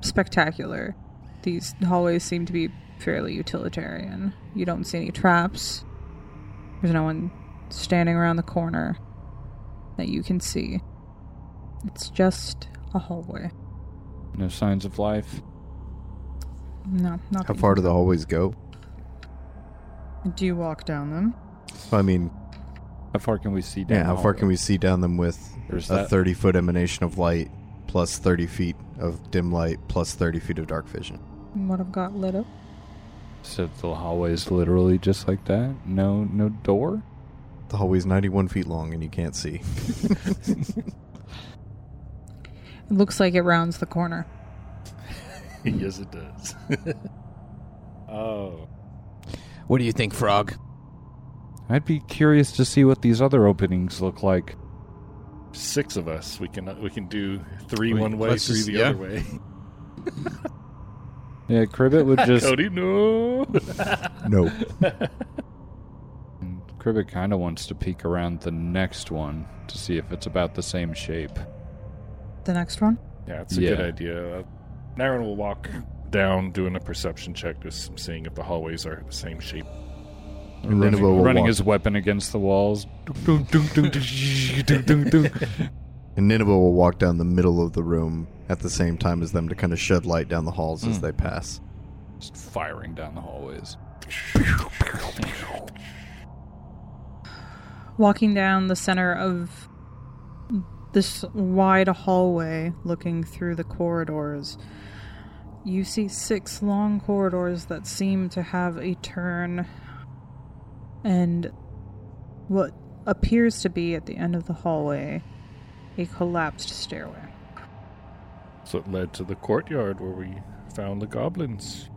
spectacular. These hallways seem to be fairly utilitarian. You don't see any traps. There's no one standing around the corner that you can see. It's just a hallway.
No signs of life.
No, not
How far do the hallways go?
Do you walk down them?
I mean,
How far can we see down?
yeah, how far can we see down them with
There's
a
that.
30 foot emanation of light plus 30 feet of dim light plus 30 feet of dark vision?
What I've got lit up?
So the hallway's literally just like that. No, no door.
The hallway's 91 feet long and you can't see.
It looks like it rounds the corner.
yes, it does.
Oh.
What do you think, Frog?
I'd be curious to see what these other openings look like.
six of us. We can we can do three
We-
one way,
let's
three
just-
the
yeah.
other way.
Yeah, Cribbit would just.
Cody, no.
No.
Cribbit kind of wants to peek around the next one to see if it's about the same shape.
The next one?
Yeah, it's a
Yeah.
good idea. Naren will walk down doing a perception check, just seeing if the hallways are the same shape.
And Nineveh will
running
walk.
his weapon against the walls.
And Nineveh will walk down the middle of the room at the same time as them to kind of shed light down the halls as
Mm.
they pass.
Just firing down the hallways.
Walking down the center of this wide hallway, looking through the corridors, you see six long corridors that seem to have a turn and what appears to be at the end of the hallway a collapsed stairway.
So it led to the courtyard where we found the goblins.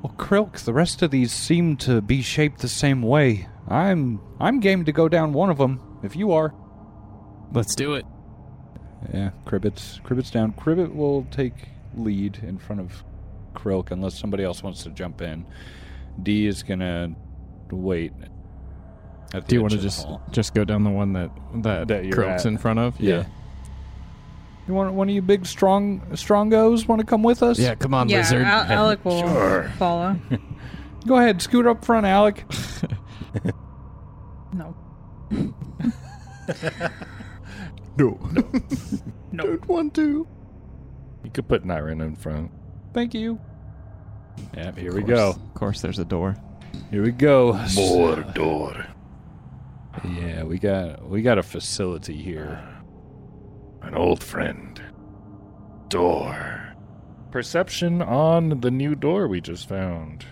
Well, Krilk, the rest of these seem to be shaped the same way. I'm I'm game to go down one of them if you are.
Let's do it.
Yeah, Cribbit's Cribbit's down. Cribbit will take lead in front of Krilk unless somebody else wants to jump in. D is gonna wait. At the
Do you want
edge
to
of the
just
hall.
just go down the one that that,
That you're
Krilk's
at.
in front of?
Yeah. You want one of you big strong strongos want to come with us?
Yeah, come on,
yeah,
lizard.
Al- Alec will follow.
Go ahead, scoot up front, Alec.
No.
No.
No.
Don't want to.
You could put Naren in front.
Thank you.
Yeah, here we go.
Of course, there's a door.
Here we go.
Mordor.
Yeah, we got we got a facility here.
An old friend. Door. Perception on the new door we just found.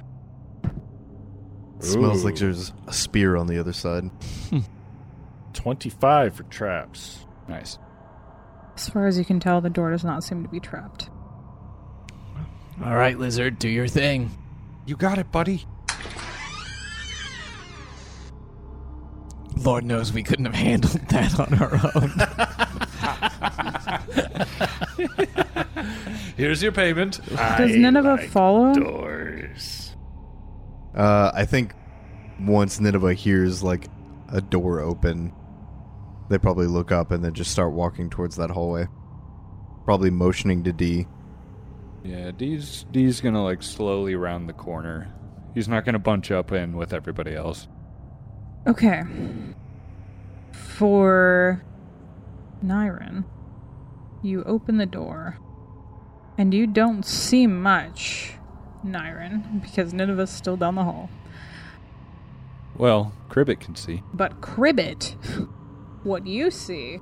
Smells like
Ooh.
there's a spear on the other side.
25 for traps.
Nice.
As far as you can tell, the door does not seem to be trapped.
All right, lizard, do your thing.
You got it, buddy.
Lord knows we couldn't have handled that on our own.
Here's your payment.
Does
I
Nineveh
like
follow?
Doors.
Uh, I think once Nineveh hears like a door open, they probably look up and then just start walking towards that hallway. Probably motioning to D.
Yeah, D's D's gonna like slowly round the corner. He's not gonna bunch up in with everybody else.
Okay. For Niren, you open the door and you don't see much, Niren, because Nineveh's still down the hall.
Well, Cribbit can see.
But Cribbit, what you see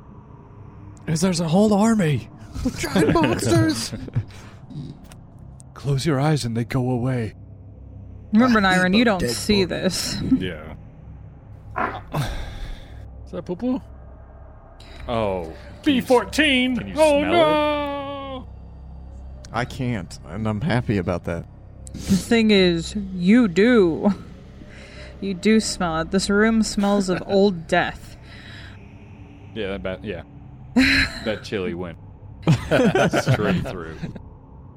Is there's a whole army?
Giant monsters!
Close your eyes and they go away.
Remember,
Ah, he's
Niren, you
about
don't
dead,
see
boy.
this.
Yeah. Is that poo poo?
Oh.
B14.
you
oh
smell
no.
Oh,
I can't, and I'm happy about that.
The thing is, you do. You do smell it. This room smells of old death.
Yeah, that ba- yeah. that chili went straight through.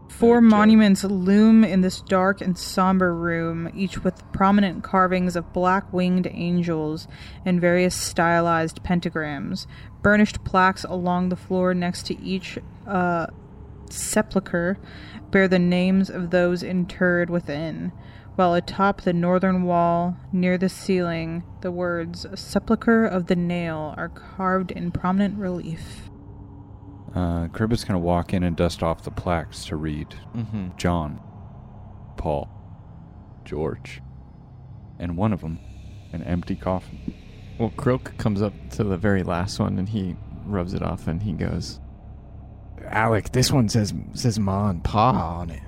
Four
Okay.
monuments loom in this dark and somber room, each with prominent carvings of black winged angels and various stylized pentagrams. Burnished plaques along the floor next to each uh, sepulchre bear the names of those interred within, while atop the northern wall, near the ceiling, the words Sepulchre of the Nail are carved in prominent relief.
Uh, Cribbit's gonna walk in and dust off the plaques to read.
Mm-hmm.
John, Paul, George, and one of them, an empty coffin.
Well, Krilk comes up to the very last one and he rubs it off and he goes,
Alec, this one says says Ma and Pa on it.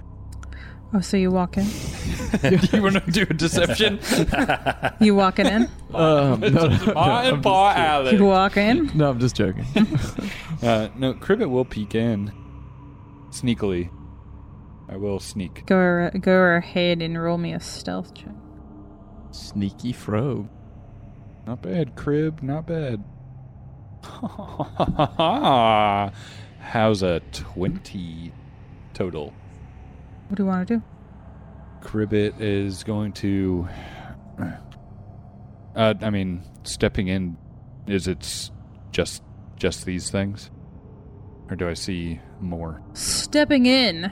Oh, so you walk in?
you want to do a deception?
You walking in?
um, no, no, no, I'm just-
You walk in?
no, I'm just joking.
Uh, no, Cribbit will peek in sneakily. I will sneak.
Go go ahead and roll me a stealth check.
Sneaky frog.
Not bad, Crib. Not bad. How's a 20 total?
What do you want to do?
Cribbit is going to. Uh, I mean, stepping in, is it's just just these things, or do I see more?
Stepping in.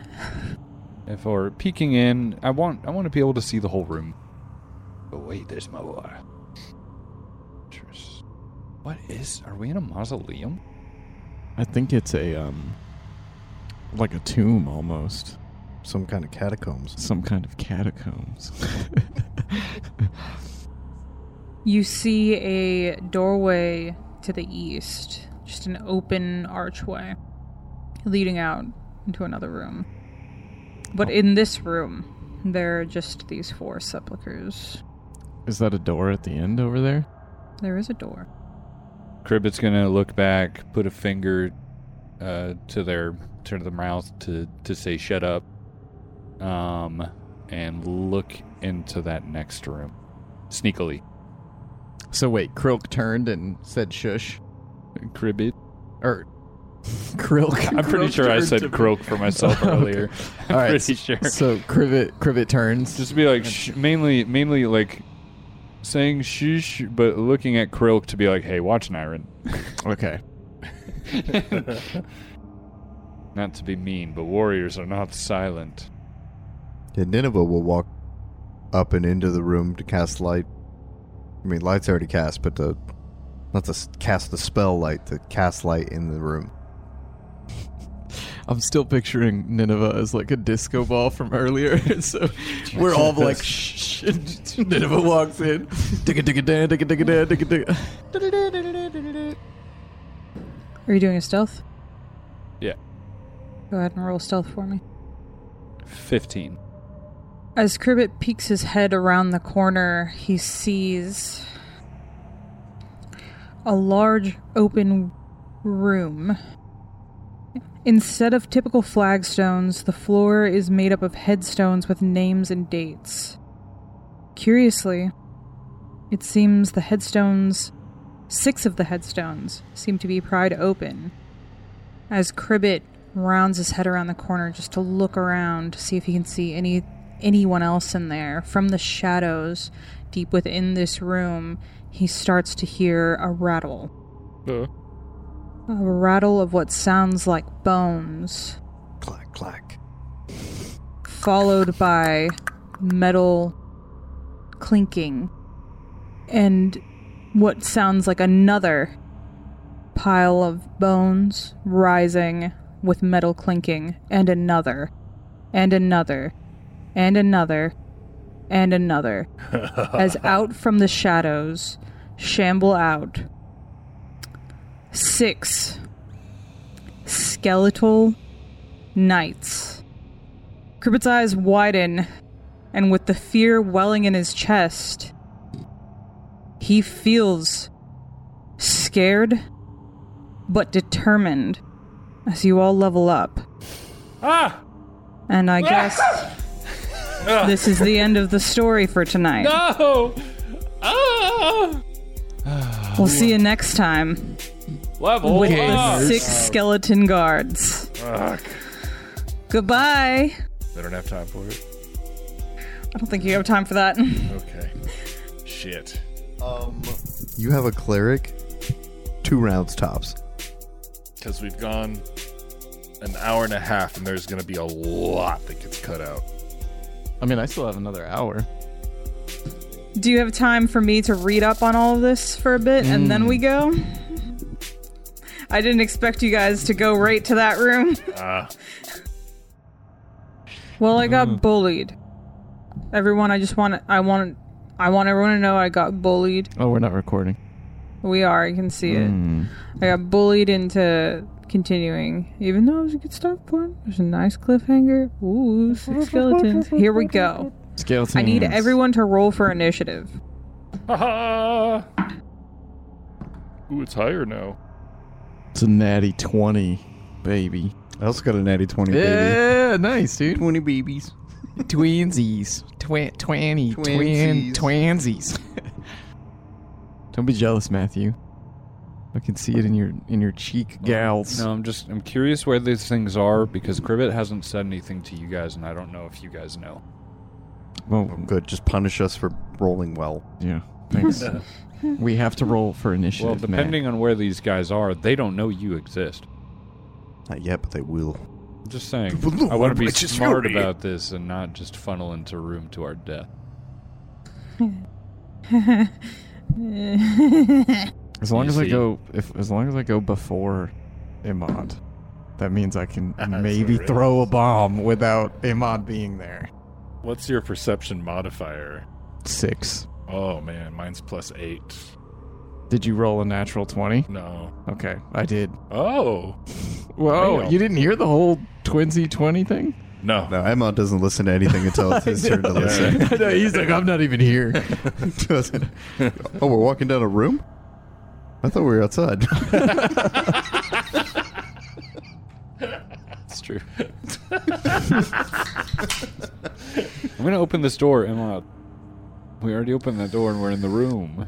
If or peeking in, I want I want to be able to see the whole room. But wait, there's more. Interest. What is? Are we in a mausoleum?
I think it's a um, like a tomb almost,
Some kind of catacombs.
some kind of catacombs.
You see a doorway to the east, just an open archway leading out into another room. But in this room, there are just these four sepulchres.
Is that a door at the end over there?
There is a door.
Cribbit's gonna look back, put a finger uh, to their to their mouth to to say "shut up," um, and look into that next room sneakily.
So wait, Krilk turned and said shush.
Cribbit,
Or Krilk.
I'm pretty
Krilk
sure I
turned
said
to me.
croak for myself
Okay.
earlier. I'm
All right,
pretty sure.
So Crivet Crivet turns.
Just be like sh- mainly mainly like saying "shush," but looking at Krilk to be like, "Hey, watch an iron."
Okay.
Not to be mean, but warriors are not silent.
Yeah, Nineveh will walk up and into the room to cast light. I mean, light's already cast, but to not to s- cast the spell light, to cast light in the room.
I'm still picturing Nineveh as like a disco ball from earlier. so we're all like, shh. shh." Nineveh walks in. Digga digga da, digga digga da, digga digga.
Are you doing a stealth?
Yeah.
Go ahead and roll stealth for me.
Fifteen.
As Cribbit peeks his head around the corner, he sees a large open room. Instead of typical flagstones, the floor is made up of headstones with names and dates. Curiously, it seems the headstones, six of the headstones, seem to be pried open. As Cribbit rounds his head around the corner just to look around to see if he can see any anyone else in there, from the shadows deep within this room, he starts to hear a rattle. A rattle of what sounds like bones,
Clack, clack.
followed by metal clinking and what sounds like another pile of bones rising with metal clinking and another and another and another and another as out from the shadows shamble out six skeletal knights Cribbit's eyes widen, and with the fear welling in his chest, he feels scared but determined as you all level up.
Ah!
And I guess this is the end of the story for tonight.
No! Oh! Ah!
We'll see you next time
Level up.
with the six skeleton guards.
Fuck.
Goodbye.
They don't have time for it.
I don't think you have time for that.
Okay. Shit.
You have a cleric, two rounds tops.
Because we've gone an hour and a half, and there's going to be a lot that gets cut out.
I mean, I still have another hour.
Do you have time for me to read up on all of this for a bit and then we go? I didn't expect you guys to go right to that room.
Ah.
well, I got bullied. Everyone, I just want I want I want everyone to know I got bullied.
Oh, we're not recording.
We are, you can see it.
Mm.
I got bullied into continuing, even though it was a good start for it. There's a nice cliffhanger. Ooh, six skeletons. Here we go.
Skeletons.
I need everyone to roll for initiative.
Ah! Ooh, it's higher now.
It's a natty 20, baby.
I also got a natty 20, baby.
Yeah, nice, dude.
20 babies.
Twinsies. Twi- twanny. Twin,
Twinsies.
twansies.
Don't be jealous, Matthew. I can see it in your in your cheek,
Oh,
gals.
No, I'm just I'm curious where these things are because Cribbit hasn't said anything to you guys, and I don't know if you guys know.
Well,
Oh, Good. Just punish us for rolling well.
Oh, yeah. Thanks. we have to roll for initiative.
Well,
man.
depending on where these guys are, they don't know you exist.
Not yet, but they will.
I'm just saying.
Well, no,
I want to be
it's just
smart
fury.
about this and not just funnel into room to our death.
As long
You
as I
see?
go, if as long as I go before Imad, that means I can
Maybe
what it
throw a
is.
bomb without Imad being there.
What's your perception modifier?
six.
Oh man, mine's plus eight.
Did you roll a natural twenty?
No.
Okay, I did.
Oh
Whoa,
Damn.
you didn't hear the whole twinsy twenty thing?
no.
No, Emma doesn't listen to anything until it's his turn to listen.
I know, he's like, I'm not even here.
Doesn't- oh, we're walking down a room? I thought we were outside.
That's true. I'm gonna open this door, Emma. We already opened that door and we're in the room.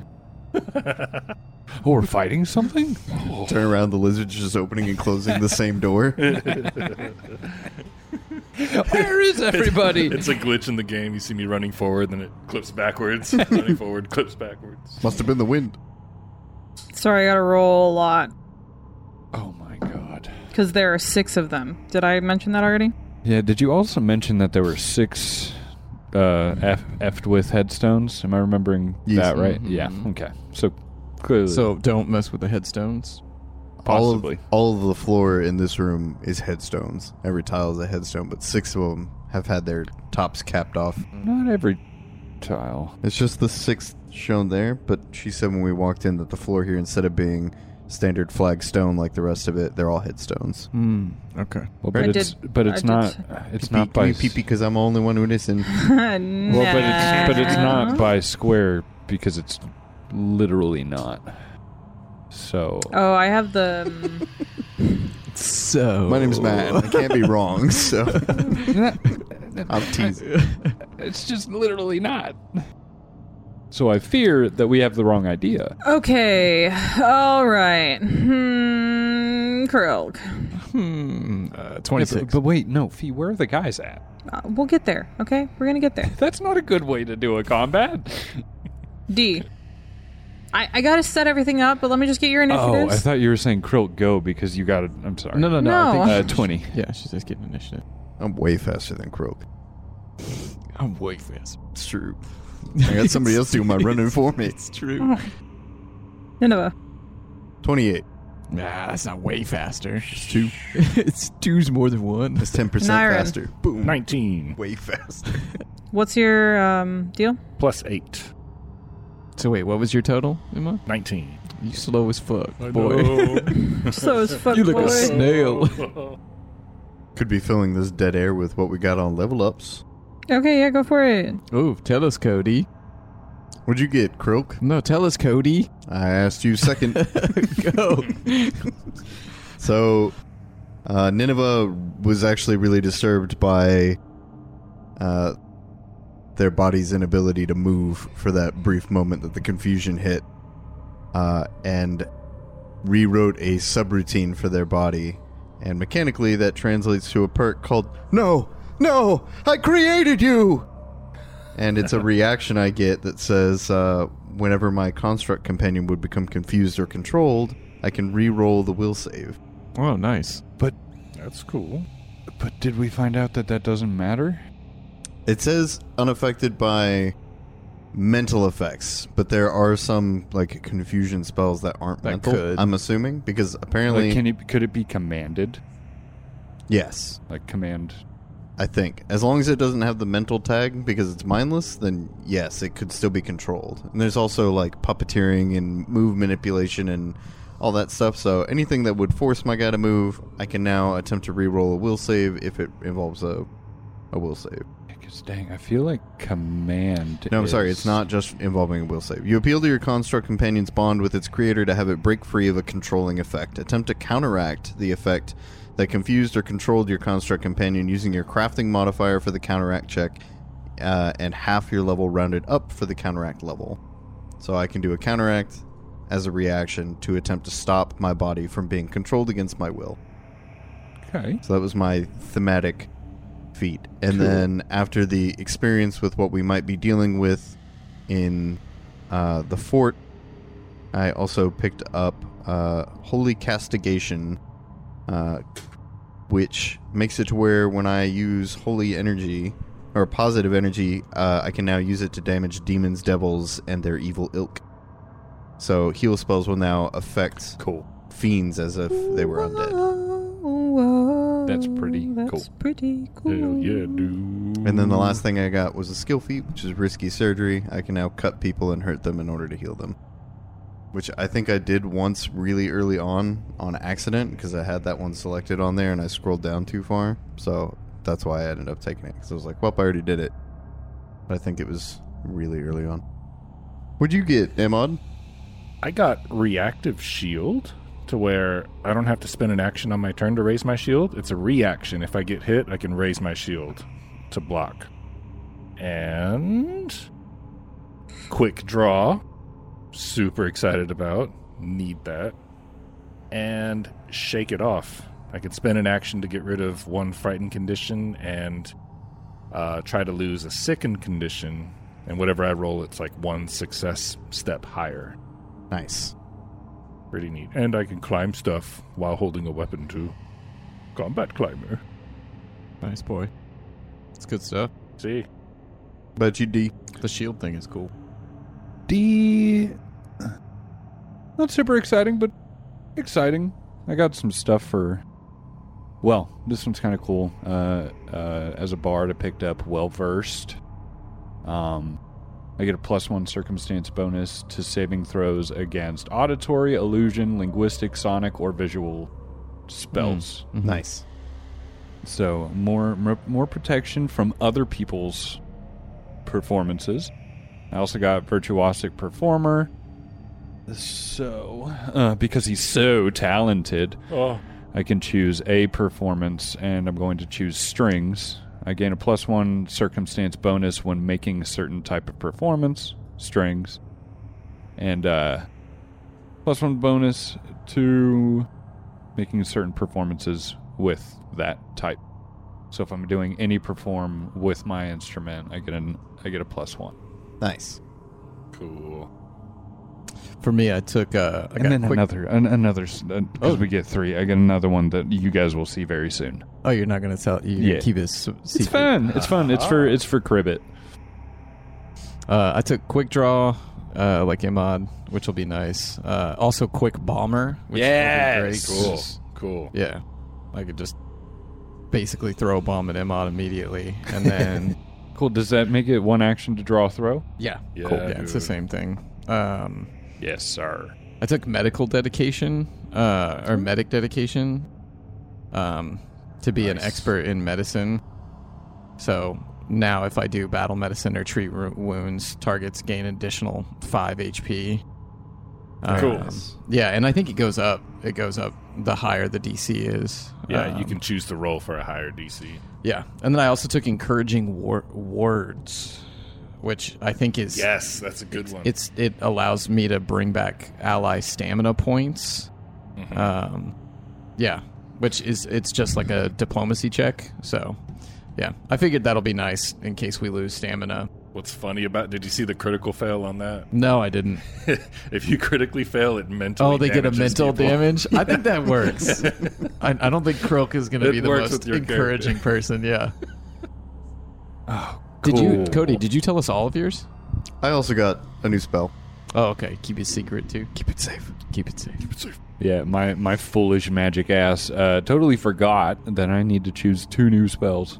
oh, we're fighting something? Oh.
Turn around, the lizard's just opening and closing the same door.
Where is everybody?
It's a glitch in the game. You see me running forward, then it clips backwards. running forward, clips backwards.
Must have been the wind.
Sorry, I gotta roll a lot
oh my god.
because there are six of them. Did I mention that already?
Yeah, did you also mention that there were six uh, F- effed with headstones? Am I remembering
Yes.
that right?
Mhm.
Yeah, okay. So clearly.
so don't mess with the headstones.
possibly.
All of, all of the floor in this room is headstones. Every tile is a headstone, but six of them have had their tops capped off.
Not every tile.
It's just the sixth shown there, but she said when we walked in that the floor here, instead of being standard flagstone like the rest of it, they're all headstones.
Hmm. Okay.
Well, but
I
it's
did-
but
I
it's
did
not
say-
it's not by s-
because I'm the only one who listened.
no.
Well, but it's but it's not by square because it's literally not. So
Oh, I have the. um,
So
My name's Matt. and I can't be wrong, so I'm teasing.
it's just literally not. So I fear that we have the wrong idea.
okay, all right. Hmm, Krog.
Hmm. Uh,
Yeah,
Twenty
but,
six.
but wait, no, Fee, where are the guys at?
Uh, we'll get there. Okay, we're gonna get there.
That's not a good way to do a combat.
D. I, I gotta set everything up, but let me just get your
Oh, I
initiatives.
thought you were saying Krill go because you got it. I'm sorry.
no, no, no. I think
No.
Uh,
she's-
twenty.
Yeah, she's just getting initiative.
I'm way faster than Croak.
I'm way fast.
It's true. I got somebody else doing my running for me.
It's true.
Nineveh.
28.
Nah, that's not way faster.
It's two.
it's two's more than one.
It's 10%
Niren.
faster. Boom.
Nineteen
Way faster.
What's your um deal?
plus eight.
So wait, what was your total, Emma?
Nineteen.
You slow as fuck, boy.
So as fuck
You look
boy.
a snail.
Could be filling this dead air with what we got on level ups.
Okay, yeah, go for it.
Ooh, tell us, Cody.
What'd you get, Croak?
No, tell us, Cody.
I asked you second.
Go.
so, uh, Nineveh was actually really disturbed by uh, their body's inability to move for that brief moment that the confusion hit, uh, and rewrote a subroutine for their body. And mechanically, that translates to a perk called No, No, I created you! And it's a reaction I get that says uh, whenever my construct companion would become confused or controlled, I can re roll the will save.
oh, nice.
That's cool.
But did we find out that that doesn't matter?
It says unaffected by mental effects, but there are some like confusion spells that aren't
That
mental.
could.
I'm assuming because apparently,
Like, can it could it be commanded?
yes,
Like command?
I think as long as it doesn't have the mental tag because it's mindless, then yes, it could still be controlled. And there's also like puppeteering and move manipulation and all that stuff. So anything that would force my guy to move, I can now attempt to re-roll a will save if it involves a a will save.
Because dang, I feel like command.
No, I'm sorry.
is-
It's not just involving a will save. You appeal to your construct companion's bond with its creator to have it break free of a controlling effect. Attempt to counteract the effect that confused or controlled your construct companion using your crafting modifier for the counteract check, uh, and half your level rounded up for the counteract level. So I can do a counteract as a reaction to attempt to stop my body from being controlled against my will.
Okay.
So that was my thematic feat. And then after the experience with what we might be dealing with in uh, the fort, I also picked up uh, Holy Castigation, uh, which makes it to where when I use Holy Energy or positive energy, uh, I can now use it to damage demons, devils, and their evil ilk. So heal spells will now affect
Cool.
fiends as if they were undead.
undead.
That's pretty
That's
cool.
pretty cool.
Hell yeah, dude.
And then the
Mm.
last thing I got was a skill feat, which is risky surgery. I can now cut people and hurt them in order to heal them. Which I think I did once really early on on accident because I had that one selected on there and I scrolled down too far. So that's why I ended up taking it because I was like, well, I already did it. But I think it was really early on. What'd you get, Ahmad?
I got reactive shield to where I don't have to spend an action on my turn to raise my shield. It's a reaction. If I get hit, I can raise my shield to block. And quick draw. Super excited about. Need that. And shake it off. I can spend an action to get rid of one frightened condition and uh, try to lose a sickened condition. And whatever I roll, it's like one success step higher.
Nice.
Pretty neat. And I can climb stuff while holding a weapon too. Combat climber.
Nice boy. It's good stuff.
See?
But you D.
The shield thing is cool.
D. Not super exciting, but exciting. I got some stuff for. Well, this one's kind of cool. Uh, uh, as a bard, I picked up well versed. Um, I get a plus one circumstance bonus to saving throws against auditory, illusion, linguistic, sonic, or visual spells.
Nice.
So more, more more protection from other people's performances. I also got virtuosic performer. So uh, because he's so talented,
Oh.
I can choose a performance, and I'm going to choose strings. I gain a plus one circumstance bonus when making a certain type of performance, strings, and uh, plus one bonus to making certain performances with that type. So if I'm doing any perform with my instrument, I get an I get a plus one.
Nice.
Cool.
For me, I took uh, I got
and then
quick-
another, an, another, uh, because we get three. I get another one that you guys will see very soon.
Oh, you're not gonna tell. You
Yeah.
yeah. keep this.
It's fun. It's fun. It's for it's for Cribbit.
Uh, I took quick draw, uh, like Imad, which will be nice. Uh, also quick bomber. Which will be great.
Yes!
Cool. Cool.
Yeah, I could just basically throw a bomb at Imad immediately, and then
Cool. Does that make it one action to draw a throw?
yeah,
Yeah,
cool. Yeah, it's the
dude.
same thing. Um,
Yes, sir.
I took medical dedication, uh, or medic dedication, um, to be an
Nice.
expert in medicine. So now, if I do battle medicine or treat ru- wounds, targets gain additional five HP.
Cool.
Um, Yeah, and I think it goes up. It goes up the higher the DC is.
Yeah, you
Um,
can choose to roll for a higher DC.
Yeah, and then I also took encouraging war- words, which I think is
Yes, that's a good one.
it's it allows me to bring back ally stamina points.
Mhm.
Um, yeah, which is it's just like a diplomacy check. So, yeah, I figured that'll be nice in case we lose stamina.
What's funny about did you see the critical fail on that?
No, I didn't.
if you critically fail, it mentally
Oh, they get a
damages
mental
people.
damage. I think that works. I, I don't think Krilk is going to
It
be the
works
most
with your
encouraging
character. Oh,
person. Yeah.
Cool.
Did you, Cody? Did you tell us all of yours?
I also got a new spell.
Oh, okay. Keep it secret too. Keep it safe. Keep it safe.
Yeah, my my foolish magic ass uh, totally forgot that I need to choose two new spells.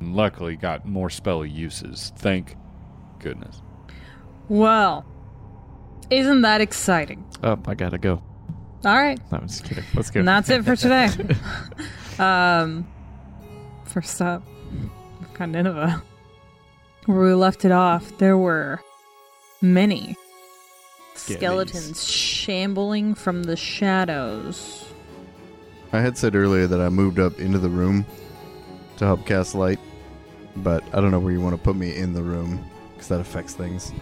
And luckily, got more spell uses. Thank goodness.
Well, isn't that exciting?
Up. Oh, I gotta go.
All right,
No, I'm just kidding. Let's go.
and that's it for today. um, first up, we've got Nineveh. Where we left it off, there were many skeletons shambling from the shadows.
I had said earlier that I moved up into the room to help cast light, but I don't know where you want to put me in the room because that affects things.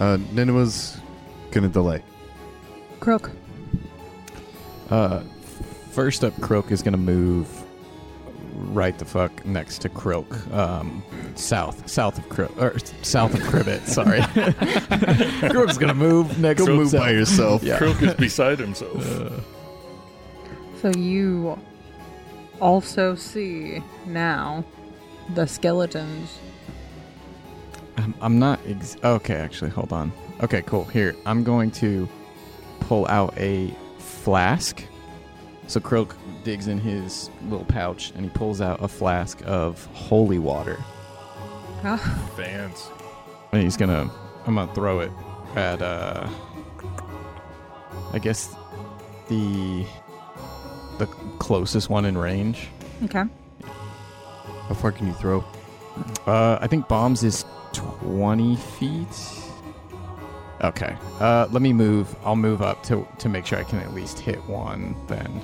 Uh, Nineveh's going to delay.
Crook.
Uh, first up, Croak is gonna move
Right the fuck next to Croak. Um,
south, south of Croak, or south of Cribbit. sorry, Croak's gonna move next.
Go move
south.
by yourself.
Yeah. Uh,
Croak is beside himself.
So you also see now the skeletons.
I'm, I'm not. Ex- okay, actually, hold on. Okay, cool. Here, I'm going to pull out a flask.
So Croak digs in his little pouch and he pulls out a flask of holy water,
Fans.
and he's gonna.
I'm gonna throw it at uh,
I guess the the closest one in range.
Okay.
How far can you throw?
Uh, I think bombs is twenty feet.
Okay. Uh, let me move. I'll move up to to make sure I can at least hit one. Then.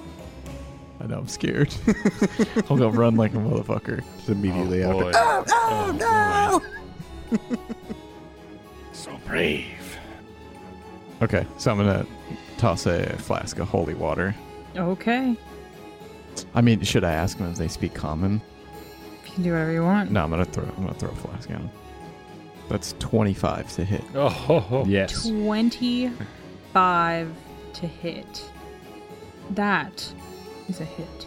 I know I'm scared. I'll go run like a motherfucker.
Just immediately after.
Oh, no! so brave.
Okay, so I'm gonna toss a flask of holy water.
Okay.
I mean, should I ask them if they speak common?
You can do whatever you want.
No, I'm gonna throw. I'm gonna throw a flask at him.
That's twenty-five to hit.
Oh, ho, ho.
Yes.
25 to hit. That is a hit.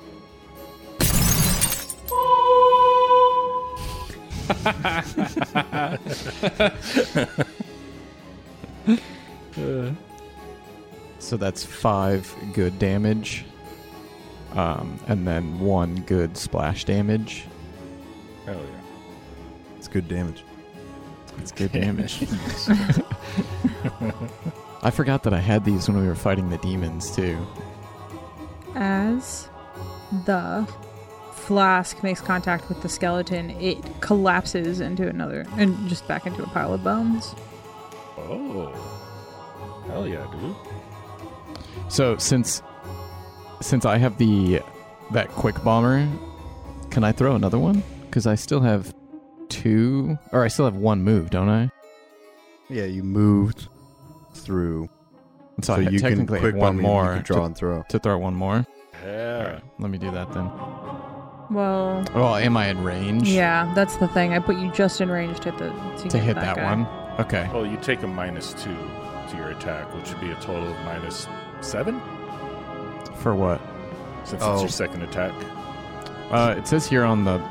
So that's five good damage, um, and then one good splash damage.
Hell yeah.
It's good damage.
That's good damage. I forgot that I had these when we were fighting the demons too.
As the flask makes contact with the skeleton, it collapses into another and just back into a pile of bones.
Oh. Hell yeah, dude.
So since since I have the that quick bomber, can I throw another one? Because I still have two, or I still have one move, don't I?
Yeah, you moved through.
And so, I you technically have one
bomb him, you
more
can
to,
draw and throw.
to throw one more.
Yeah.
All right, let me do that then.
Well,
Oh,
Well, am I in range?
yeah, that's the thing. I put you just in range to hit the
To hit that,
guy.
one. Okay.
Oh, you take a minus two to your attack, which would be a total of minus seven,
For what?
since
Oh.
it's your second attack.
Uh, it says here on the.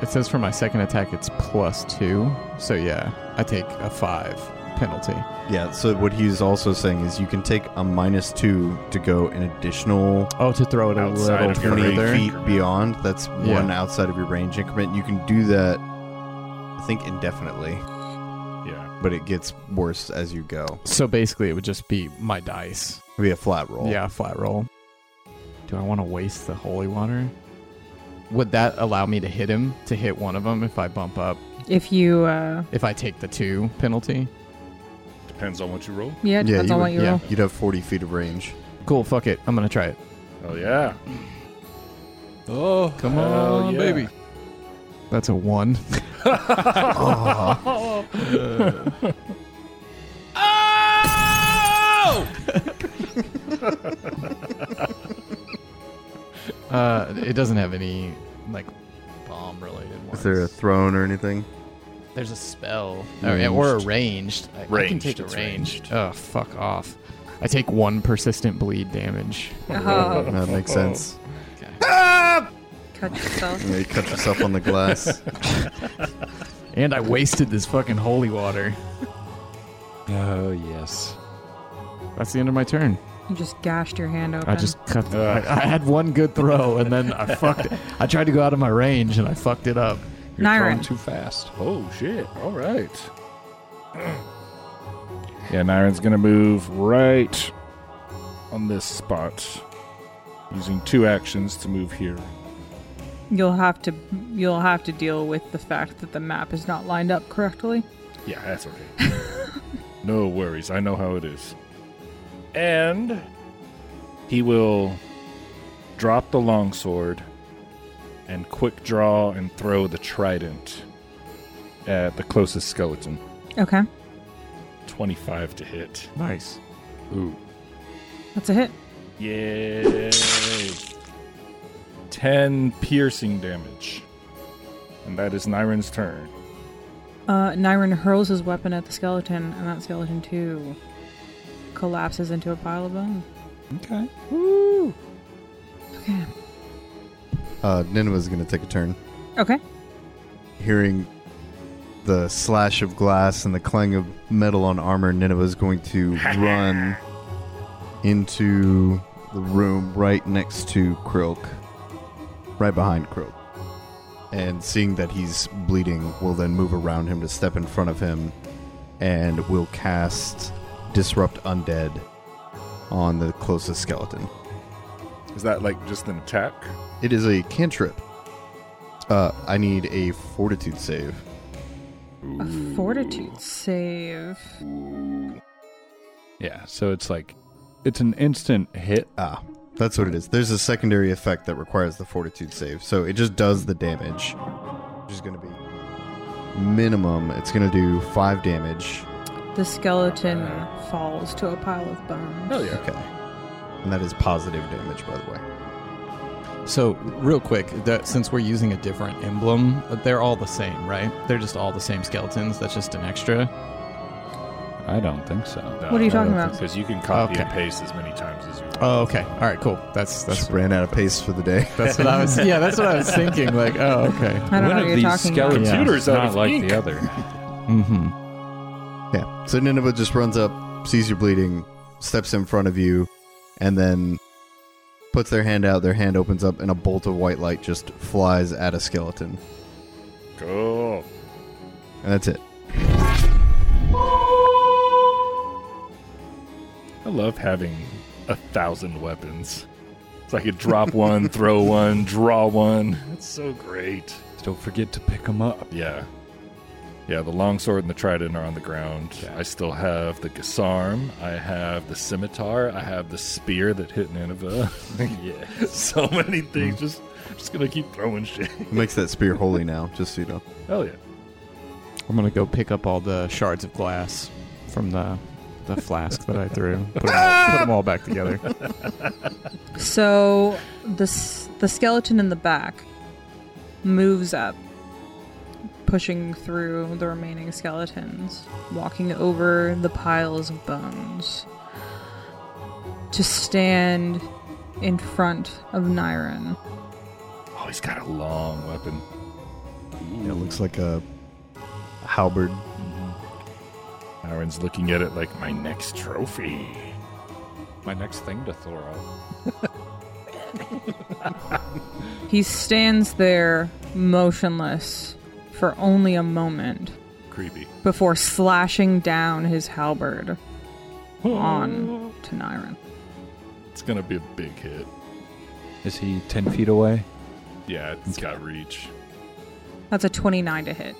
It says for my second attack, it's plus two. So yeah, I take a five penalty.
Yeah, so what he's also saying is you can take a minus two to go an additional
Oh, to throw it out.
Outside
little
of your
20
range
feet
increment.
beyond. That's
Yeah.
one outside of your range increment. You can do that, I think, indefinitely,
Yeah.
but it gets worse as you go.
So basically, it would just be my dice.
It'll be a flat roll.
Yeah, flat roll. Do I want to waste the holy water? Would that allow me to hit him? To hit one of them if I bump up?
If you, uh,
If I take the two penalty?
Depends on what you roll.
yeah, it depends
you
on
would-
what you
yeah.
roll.
You'd have 40 feet of range.
Cool. Fuck it. I'm gonna try it.
Hell yeah.
Oh, come
Hell
on,
yeah.
baby.
That's a one.
Uh, it doesn't have any like bomb related ones.
Is there a throne or anything?
There's a spell or, Oh, yeah, or a ranged. I, I can
Ranged,
take a
it's
ranged.
ranged.
Oh, fuck off. I take one persistent bleed damage.
Oh,
That makes sense.
cut yourself.
You, know, you cut yourself on the glass.
And I wasted this fucking holy water.
Oh, yes.
That's the end of my turn.
You just gashed your hand open.
I just cut. The, I, I had one good throw, and then I fucked. it. I tried to go out of my range, and I fucked it up.
You're throwing
Nyrin.
too fast.
Oh shit! All right. yeah, Nyron's gonna move right on this spot, using two actions to move here.
You'll have to you'll have to deal with the fact that the map is not lined up correctly.
Yeah, that's okay. no worries. I know how it is. And he will drop the longsword and quick draw and throw the trident at the closest skeleton.
Okay.
25 to hit.
Nice.
Ooh.
That's a hit.
Yay! 10 piercing damage. And that is Nyron's turn.
Uh, Nyron hurls his weapon at the skeleton, and that skeleton too collapses into a pile of bone.
Okay.
Okay.
Uh, Nineveh's going to take a turn.
Okay.
Hearing the slash of glass and the clang of metal on armor, Nineveh's going to run into the room right next to Krilk, right behind Krilk. And seeing that he's bleeding, will then move around him to step in front of him and will cast Disrupt Undead on the closest skeleton.
Is that like just an attack?
It is a cantrip. Uh, I need a fortitude save.
A fortitude save.
Yeah, so it's like it's an instant hit.
Ah, that's what it is. There's a secondary effect that requires the fortitude save, so it just does the damage. Which is going to be minimum. It's going to do five damage.
The skeleton falls to a pile of bones.
Hell yeah.
Okay, and that is positive damage, by the way.
So, real quick, that, since we're using a different emblem, they're all the same, right? They're just all the same skeletons. That's just an extra.
I don't think so.
What are you talking about?
Because you can copy and
Okay.
paste as many times as you want.
Oh, okay. All right, cool. That's that's
Just ran out of pace for the day.
that's what I was. Yeah, that's what I was thinking. Like, oh, okay.
I don't know what you're talking about.
skeletons
Computers
is
out
not
of
like
ink.
the other.
Mm-hmm.
Yeah. So Nineveh just runs up, sees you bleeding, steps in front of you, and then puts their hand out. Their hand opens up, and a bolt of white light just flies at a skeleton,
Cool.
and that's it.
I love having a thousand weapons. So I could drop one, throw one, draw one. That's so great.
Just don't forget to pick them up.
Yeah. Yeah, the longsword and the trident are on the ground. I still have the gasarm. I have the scimitar. I have the spear that hit Nineveh. yeah. So many things. Just just gonna keep throwing shit.
It makes that spear holy now, just so you know.
Hell yeah.
I'm gonna go pick up all the shards of glass from the the flask that I threw. Put them all, put 'em all back together.
So the s- the skeleton in the back moves up, pushing through the remaining skeletons, walking over the piles of bones to stand in front of Nyron.
Oh, he's got a long weapon.
It looks like a halberd.
Aaron's looking at it like my next trophy.
My next thing to throw out.
He stands there motionless for only a moment
Creepy.
before slashing down his halberd on to Nyron.
It's gonna be a big hit.
Is he ten feet away?
Yeah, it's got reach.
That's a 29 to hit.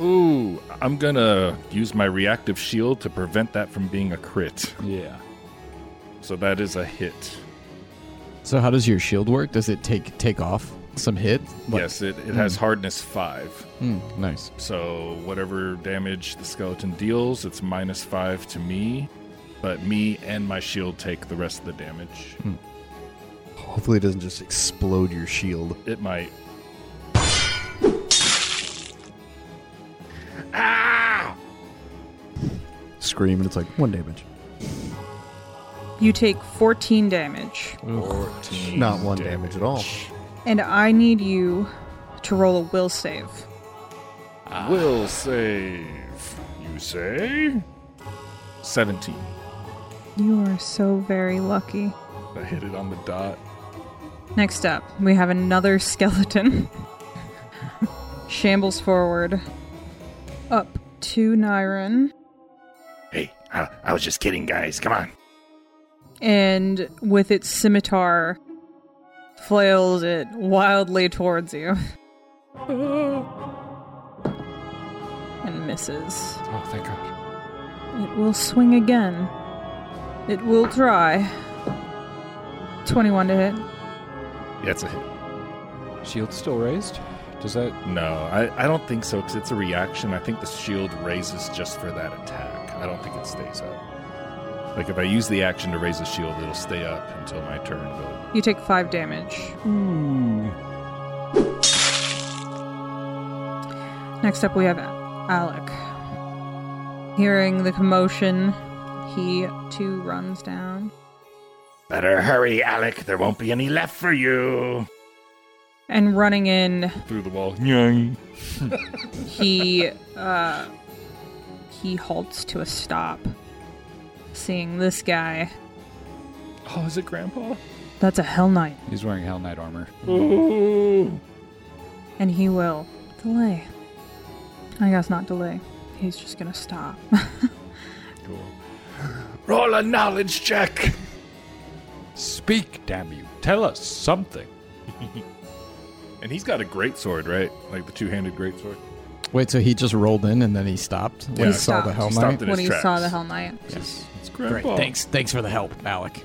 Ooh, I'm gonna use my reactive shield to prevent that from being a crit.
Yeah.
So that is a hit.
So, how does your shield work? Does it take take off some hit? Like-
yes, it, it
Hmm.
has hardness five.
Hmm, nice.
So whatever damage the skeleton deals, it's minus five to me. But me and my shield take the rest of the damage.
Hmm. Hopefully, it doesn't just explode your shield.
It might.
Scream, and it's like one damage.
You take 14 damage,
14
Not one damage at all.
and I need you to roll a will save.
Ah. Will save. You say? 17.
You are so very lucky.
I hit it on the dot.
Next up, we have another skeleton. Shambles forward. Up to Nyron.
Hey, I, I was just kidding, guys. Come on.
and with its scimitar flails it wildly towards you and misses.
Oh, thank God.
It will swing again. It will try. 21 to hit.
Yeah, it's a hit.
Shield's still raised. Does that?
No, I, I don't think so because it's a reaction. I think the shield raises just for that attack. I don't think it stays up. Like if I use the action to raise the shield, it'll stay up until my turn. But
You take five damage. Hmm. Next up, we have Alec. Hearing the commotion, he too runs down.
better hurry, Alec. There won't be any left for you.
And running in,
Through the wall.
he uh, he halts to a stop. Seeing this guy,
Oh, is it Grandpa?
that's a Hell Knight,
He's wearing Hell Knight armor.
Ooh.
and he will delay. I guess not delay. He's just gonna stop.
Cool.
Roll a knowledge check.
Speak, damn you. Tell us something.
And he's got a great sword, right? Like the two-handed great sword.
Wait, so he just rolled in and then he stopped when
Yeah.
he
He
saw the
stopped.
Hell
He
Knight?
stopped in
when
his
he
tracks.
saw the Hell Knight,
Yes. It's
Great.
Grandpa.
Thanks. Thanks for the help, Alec.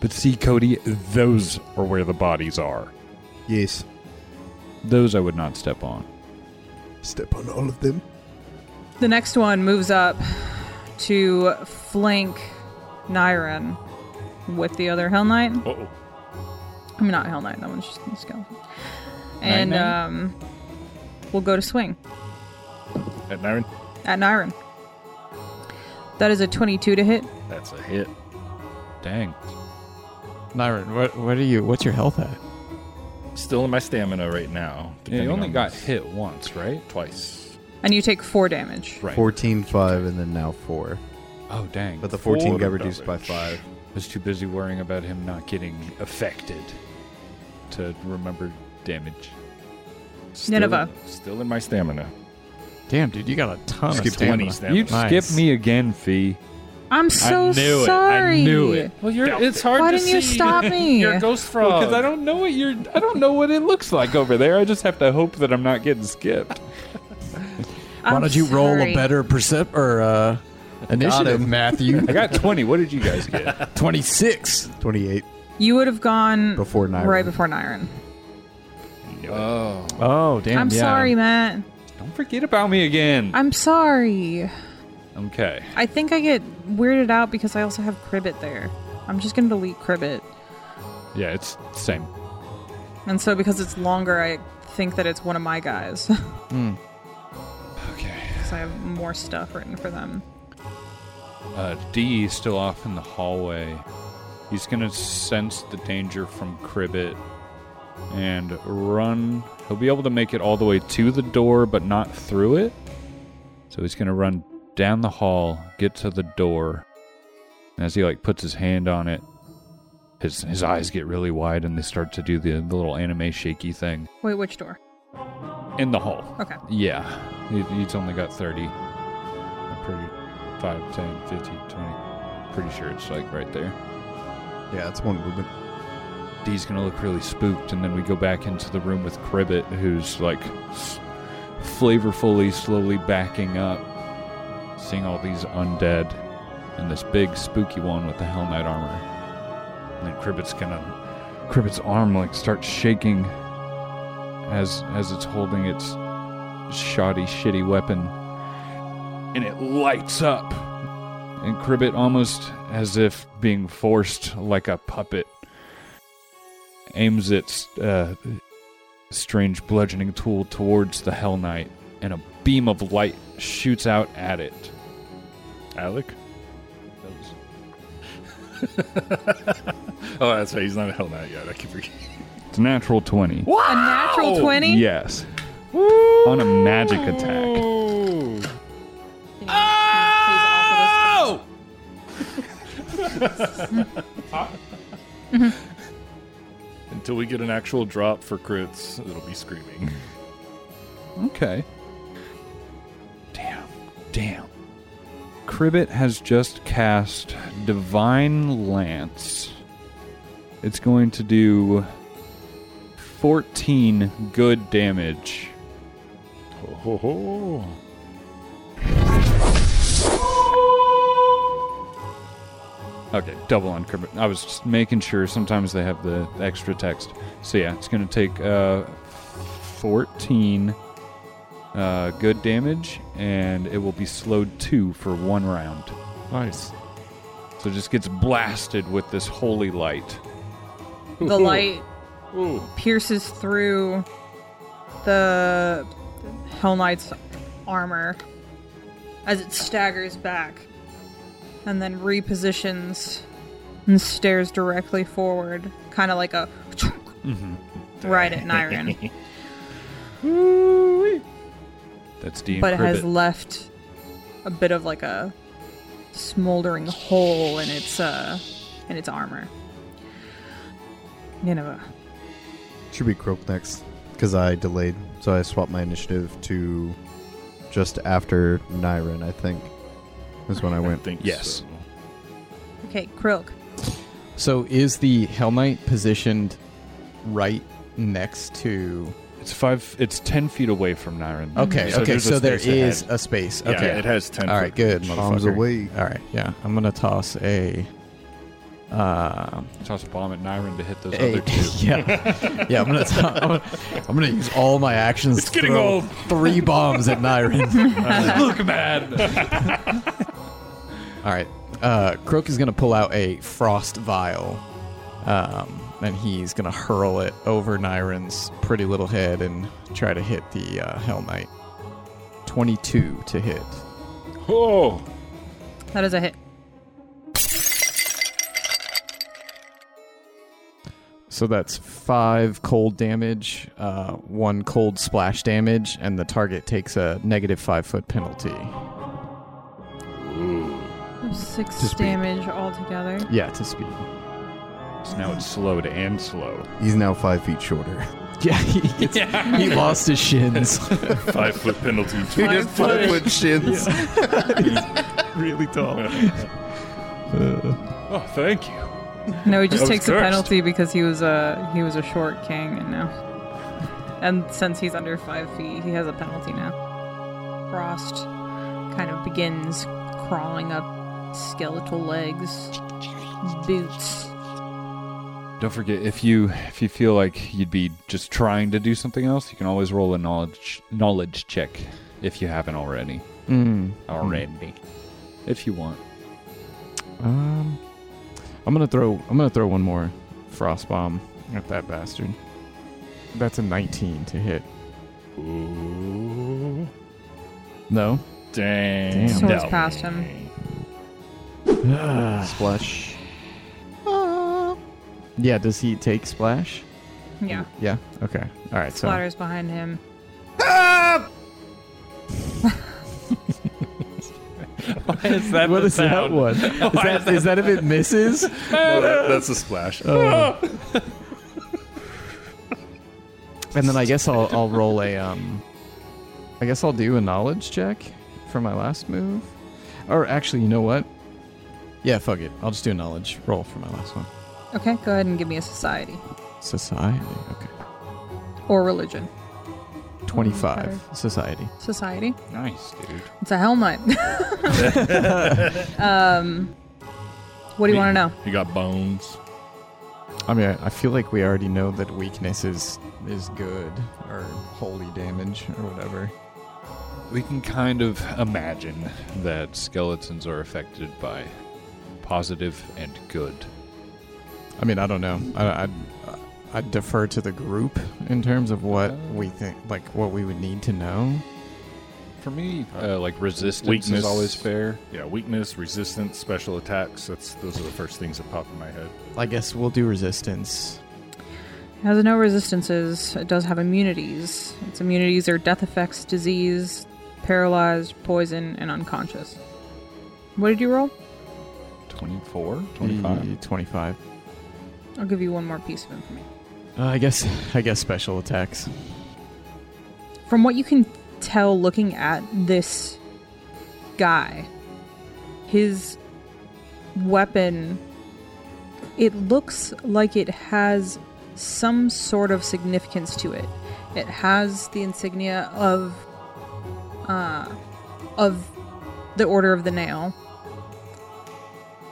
But see, Cody, uh, those are where the bodies are.
Yes.
Those I would not step on.
Step on all of them.
the next one moves up to flank Niren with the other Hell Knight.
Uh-oh.
I mean, not Hell Knight. That one's just a skeleton. And um, we'll go to swing
At Niren,
at Niren. That is a 22 to hit.
that's a hit.
Dang.
Niren, what, what are you? What's your health at?
Still in my stamina right now.
Yeah,
depending
you only
on
got
this.
hit once, right?
twice.
And you take four damage.
Right.
14, 5, and then now 4.
Oh, dang.
But the 14
Four
got reduced by
damage.
5.
was too busy worrying about him not getting affected to remember damage.
Still-
Nineveh.
Still in my stamina.
Damn, dude, you got a ton of
Skip
stamina.
20 stamina.
You'd
Nice.
skip me again, Fee.
I'm so
knew it. I
sorry.
knew it. Well, you're, it's hard
Why
to
didn't you
see
stop me?
your ghost frog because I don't know what you're. I don't know what it looks like over there. I just have to hope that I'm not getting skipped.
Why
I'm
don't you roll
sorry.
a better percep or uh, initiative,
him.
Matthew?
I got 20. What did you guys get?
26.
28
You would have gone
before 9.
right before Niren.
oh,
Oh, damn.
I'm
yeah.
sorry, Matt.
don't forget about me again.
I'm sorry.
Okay.
I think I get weirded out because I also have Cribbit there. I'm just gonna delete Cribbit.
Yeah, it's same.
And so because it's longer, I think that it's one of my guys. Because
Okay.
I have more stuff written for them.
Uh, D is still off in the hallway. He's gonna sense the danger from Cribbit and run. He'll be able to make it all the way to the door, but not through it. So he's gonna run down the hall, get to the door. And as he like puts his hand on it, his his eyes get really wide and they start to do the, the little anime shaky thing
Wait, which door?
in the hall.
Okay.
Yeah, he, he's only got 30. I'm pretty 5, 10, 15, 20. Pretty sure it's like right there.
Yeah, it's one movement.
Dee's gonna look really spooked, and then we go back into the room with Cribbit, who's like s- flavorfully slowly backing up, seeing all these undead and this big spooky one with the Hell Knight armor. And then Cribbit's gonna Cribbit's arm like starts shaking as as it's holding its shoddy shitty weapon. And it lights up. And Cribbit almost as if being forced like a puppet aims its uh, strange bludgeoning tool towards the Hell Knight, and a beam of light shoots out at it.
Alec? Oh, that's right. He's not a hell knight yet. I keep forgetting.
It's a natural 20. What?
A natural 20?
Yes. On a magic attack.
Oh!
Until we get an actual drop for crits, it'll be screaming.
Okay. Damn. Damn. Cribbit has just cast Divine Lance. It's going to do 14 good damage.
Ho, ho, ho.
Okay, double on Cribbit. I was just making sure. Sometimes they have the extra text. So yeah, it's going to take uh, 14 uh, good damage, and it will be slowed two for one round.
Nice.
So it just gets blasted with this holy light.
The light
Ooh.
pierces through the Hell Knight's armor as it staggers back and then repositions and stares directly forward, kind of like a right at Nyrin,
That's D.
but it has left a bit of like a smoldering hole in its uh in its armor. Nineveh.
Should be Croak next, because I delayed, so I swapped my initiative to just after Nyrin. I think that's when I
I
went.
think
Yes.
so.
Okay, Krilk.
So is the Hell Knight positioned right next to?
It's five. It's ten feet away from Nyrin.
Okay,
So
okay.
there's a
So there
space ahead.
is a space.
Yeah,
Okay,
it has ten.
all
foot
right. Good,
reach.
Arms
motherfucker.
away.
All right, yeah. I'm gonna toss a. Uh,
Toss a bomb at Nyrin to hit those
a
other two.
yeah, yeah. I'm gonna, t- I'm gonna I'm gonna use all my actions.
It's getting
throw
old.
Three bombs at Nyrin.
Look, man.
all right. Uh, Croak is gonna pull out a frost vial, um, and he's gonna hurl it over Nyrin's pretty little head and try to hit the uh, Hell Knight. Twenty-two to hit.
oh,
That is a hit.
So that's five cold damage, uh, one cold splash damage, and the target takes a negative five foot penalty.
Six
To speed.
damage altogether.
Yeah, to speed.
so now it's slowed and slow.
He's now five feet shorter.
Yeah, he, gets- he lost his shins.
Five foot penalty.
Dude, Five it's foot. foot
shins.
really tall.
Oh, thank you.
No, he just
was
takes a
cursed.
penalty because he was a he was a short king, and now, and since he's under five feet, he has a penalty now. Frost kind of begins crawling up skeletal legs, boots.
Don't forget if you if you feel like you'd be just trying to do something else, you can always roll a knowledge knowledge check if you haven't already.
Mm.
Already, if you want.
Um, I'm gonna throw. I'm gonna throw one more frost bomb at that bastard. That's a 19 to hit.
Ooh.
No.
Dang.
Damn.
Someone's passed him.
Splash.
Yeah. Does he take splash?
Yeah,
Yeah. Okay. All right. So
splatters behind him.
Is that
What is that one? Is that, is that if it misses?
No, that- that's a splash.
And then I guess I'll I'll roll a um I guess I'll do a knowledge check for my last move. Or actually, you know what? Yeah, fuck it. I'll just do a knowledge roll for my last one.
Okay, go ahead and give me a society
Society. Okay.
or religion.
25 society.
Society.
Nice, dude.
It's a helmet. um, what do you want to know?
You got bones.
I mean, I, I feel like we already know that weakness is is good or holy damage or whatever.
We can kind of imagine that skeletons are affected by positive and good.
I mean, I don't know. I I, I defer to the group in terms of what we think like what we would need to know.
For me, uh, like resistance
Weakness.
is always fair.
Yeah, weakness, resistance, special attacks. That's those are the first things that pop in my head.
I guess we'll do resistance.
It has no resistances. It does have immunities. Its immunities are death effects, disease, paralyzed, poison, and unconscious. What did you roll?
24, 25.
The 25.
I'll give you one more piece of information.
Uh, I guess I guess special attacks.
From what you can tell looking at this guy, his weapon, it looks like it has some sort of significance to it. It has the insignia of uh, of the Order of the Nail.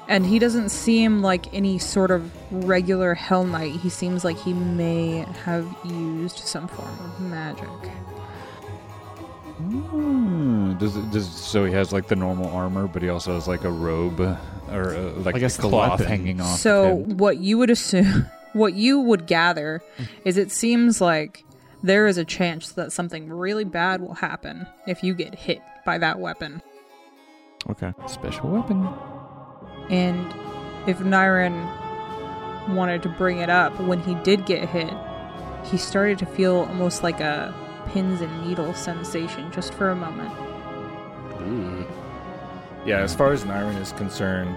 And he doesn't seem like any sort of regular Hell Knight. He seems like he may have used some form of magic.
Hmm. Does, it- does so he has like the normal armor, but he also has like a robe uh, or uh, like
I guess
a
the
cloth
weapon.
hanging off. of
So
him.
what you would assume, what you would gather, is it seems like there is a chance that something really bad will happen if you get hit by that weapon.
Okay.
special weapon.
And if Niren wanted to bring it up, when he did get hit, he started to feel almost like a pins and needles sensation just for a moment.
Yeah, as far as Niren is concerned,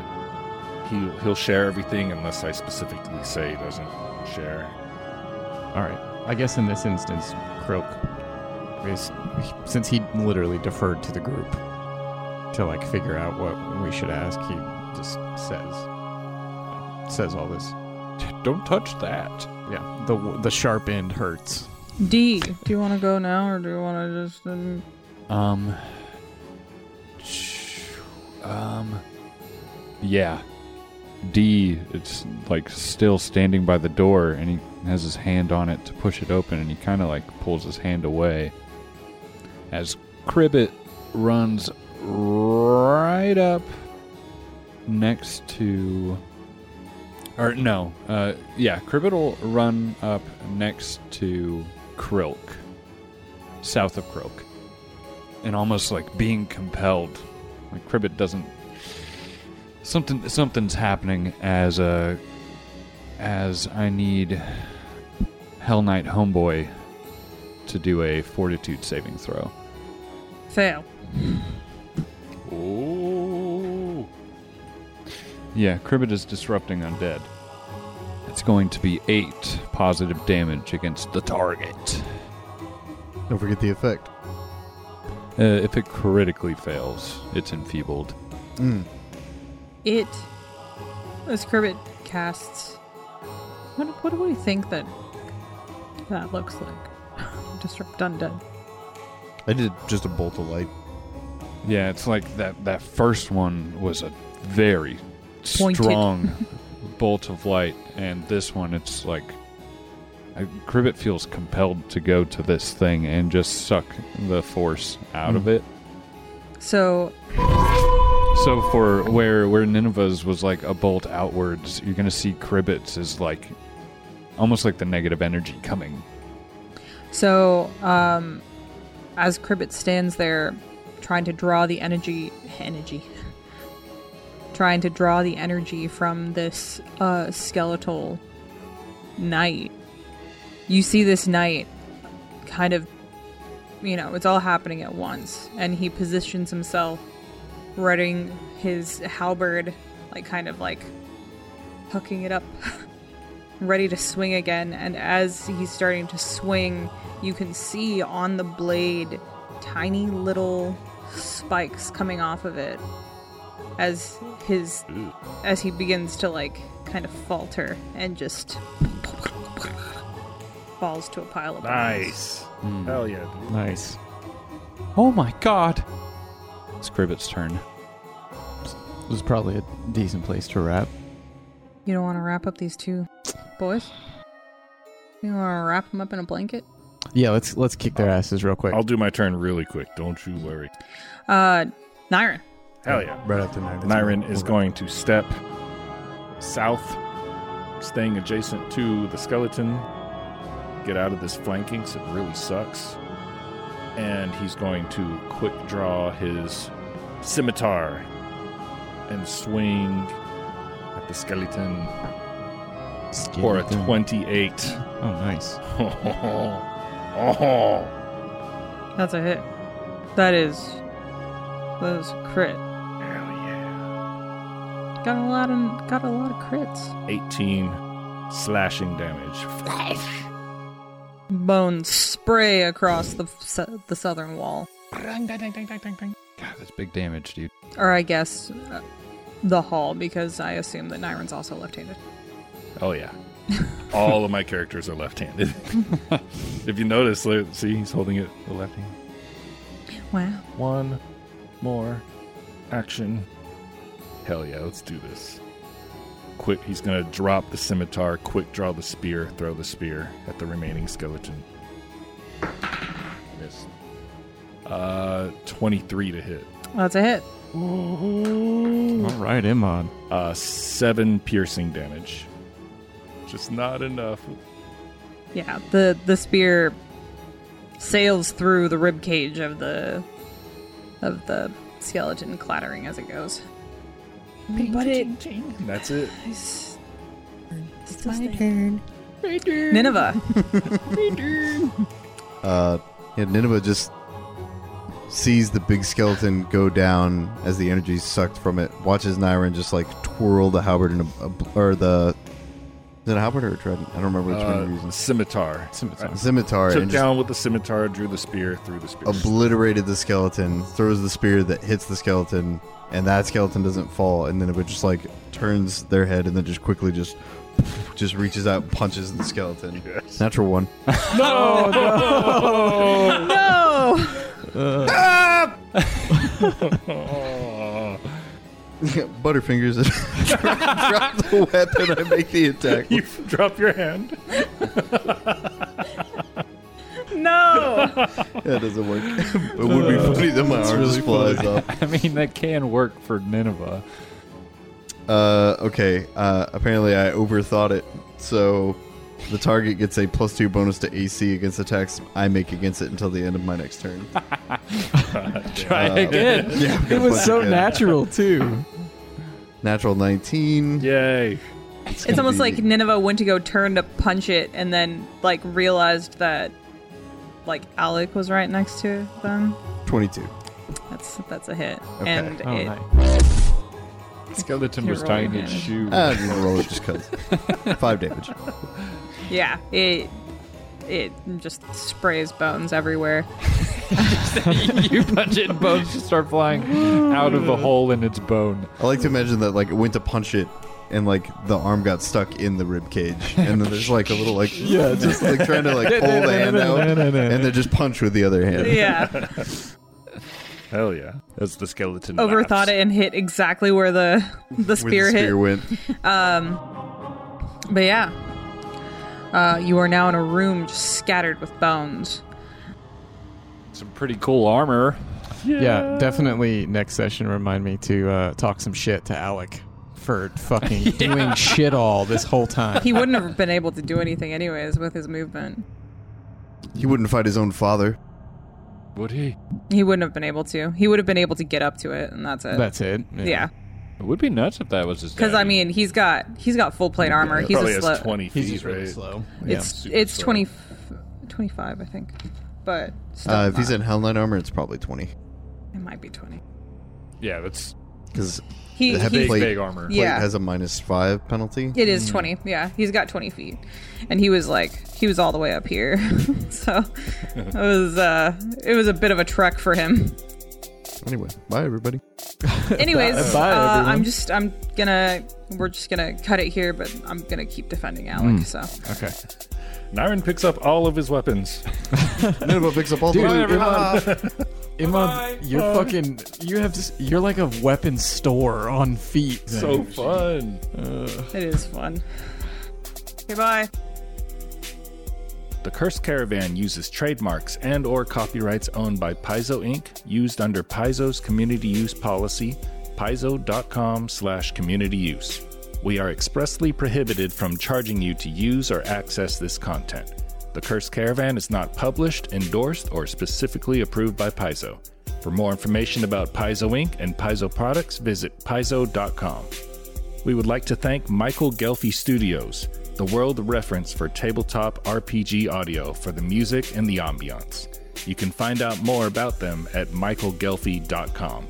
he he'll share everything unless I specifically say he doesn't share.
All right. I guess in this instance, Croak, is, since he literally deferred to the group to like figure out what we should ask, he just says says all this.
Don't touch that.
Yeah. The the sharp end hurts.
D, do you want to go now or do you want to just? Um...
Um. sh- Um. Yeah. D. It's like still standing by the door, and he has his hand on it to push it open, and he kind of like pulls his hand away as Cribbit runs right up next to. Or no, uh, yeah, Cribbit will run up next to Krilk, south of Krilk and almost like being compelled. Like Cribbit doesn't. Something something's happening as a as I need Hell Knight Homeboy to do a Fortitude saving throw.
Fail.
Oh. Yeah, Cribbit is disrupting undead. It's going to be eight positive damage against the target.
Don't forget the effect.
Uh, if it critically fails, it's enfeebled.
Mm.
It. As Cribbit casts. What, what do we think that that looks like? Disrupt Undead.
I did just a bolt of light.
Yeah, it's like that that first one was a very
Pointed.
strong bolt of light, and this one it's like uh, Cribbit feels compelled to go to this thing and just suck the force out of it.
So,
So for where where Nineveh's was like a bolt outwards, you're gonna see Cribbit's is like almost like the negative energy coming.
so, um, as Cribbit stands there, trying to draw the energy, energy, trying to draw the energy from this uh, skeletal knight. You see this knight kind of, you know, it's all happening at once, and he positions himself, readying his halberd, like kind of like hooking it up, ready to swing again. And as he's starting to swing, you can see on the blade tiny little spikes coming off of it as his as he begins to like kind of falter and just falls to a pile of bones.
Nice. Hell yeah. dude.
Nice.
Oh my god! It's Cribbit's turn.
This is probably a decent place to wrap.
You don't want to wrap up these two boys? You want to wrap them up in a blanket?
Yeah, let's let's kick their asses real quick.
I'll do my turn really quick. Don't you worry.
Uh, Nyrin.
Hell yeah.
Right after Niren.
Niren is going to step south, staying adjacent to the skeleton. Get out of this flanking, 'cause it really sucks. And he's going to quick draw his scimitar and swing at the skeleton Oh, for a 28.
Oh, nice.
Oh,
That's a hit. That is. That is a crit.
hell yeah.
Got a lot of got a lot of crits.
18 slashing damage.
Bones spray across the su- the southern wall,
God, that's big damage, dude.
or I guess uh, the hall, because I assume that Nyron's also left-handed.
Oh yeah. All of my characters are left-handed. if you notice, look, see, he's holding it with the left hand.
Wow.
One more action. Hell yeah, let's do this. Quick, he's gonna drop the scimitar. Quick, draw the spear. Throw the spear at the remaining skeleton. Miss. Uh, 23 to hit.
That's a hit.
All right, Imon.
Uh, seven piercing damage. Just not enough.
Yeah, the the spear sails through the rib cage of the of the skeleton, clattering as it goes. But it
And that's it.
It's, my turn. Nineveh.
Uh, yeah, Nineveh just sees the big skeleton go down as the energy sucked from it. Watches Nyron just like twirl the halberd in a, a- or the is it a halberd or a trident? I don't remember which one
Uh,
you're using.
scimitar. Scimitar.
Scimitar
Took
and just
down with the scimitar, drew the spear, threw the spear.
obliterated the skeleton. Throws the spear that hits the skeleton, and that skeleton doesn't fall. And Nineveh just like turns their head and then just quickly just just reaches out, and punches the skeleton. Natural one.
no!
Oh,
Butterfingers drop the weapon. I make the attack.
you drop your hand.
No!
That doesn't work. it would be funny that my arm just flies up.
I mean, that can work for Nineveh.
Uh, okay. Uh, apparently, I overthought it. So the target gets a plus two bonus to AC against attacks I make against it until the end of my next turn. Uh,
Try again.
yeah,
It was so
natural.
natural too.
Natural 19.
Yay.
It's
gonna
almost
be-
like Nineveh went to go turn to punch it and then, like, realized that, like, Alec was right next to them.
22.
That's that's a hit.
Okay.
And
Oh,
it,
nice.
Skeleton
You're
was tying
rolling
its
damage.
shoe.
Ah, I'm gonna roll it just because. Five damage.
yeah, it it just sprays bones everywhere.
you punch it, and bones just start flying out of the hole in its bone.
I like to imagine that like it went to punch it, and like the arm got stuck in the rib cage, and then there's like a little like yeah, just like trying to like pull the hand out, and then just punch with the other hand.
Yeah,
Hell yeah. That's the skeleton.
overthought
laughs.
it and hit exactly where the the
Where the
spear hit.
spear went.
But yeah, uh, you are now in a room just scattered with bones.
Some pretty cool armor.
Yeah, definitely. Next session, remind me to uh, talk some shit to Alec for fucking doing shit all this whole time.
He wouldn't have been able to do anything anyways with his movement.
He wouldn't fight his own father.
Would he?
He wouldn't have been able to. He would have been able to get up to it, and that's it.
That's it.
yeah,
It would be nuts if that was his.
because I
daddy.
mean, he's got he's got full plate armor. he's
Probably
a
has
slow.
20 feet,
He's just really
right?
slow.
It's
super
it's
slow.
20, 25, I think. But still
Uh, if he's
not.
in Hellknight armor, it's probably 20.
it might be twenty.
yeah, that's
Because
He,
The heavy
he
plate-
big armor.
yeah.
plate has a minus 5 penalty.
It
Mm.
is 20. Yeah, he's got 20 feet. And he was like, he was all the way up here. so it was, uh, it was a bit of a trek for him.
Anyway, bye everybody.
Anyways,
Bye,
uh,
everyone.
I'm just, I'm gonna, we're just gonna cut it here, but I'm gonna keep defending Alec.
Mm.
So
Okay.
Niren picks up all of his weapons.
Nineveh picks up all the
Dude,
loot.
Iman, Iman, you're fucking. You have. This, you're like a weapon store on feet.
So fun.
it is fun. Goodbye.
The Cursed Caravan uses trademarks and or copyrights owned by Paizo Inc. used under Paizo's community use policy, paizo.com slash community use. We are expressly prohibited from charging you to use or access this content. The Cursed Caravan is not published, endorsed, or specifically approved by Paizo. For more information about Paizo Inc. and Paizo products, visit paizo.com. We would like to thank Michael Gelfi Studios, the world reference for tabletop RPG audio for the music and the ambiance. You can find out more about them at michaelgelfi.com.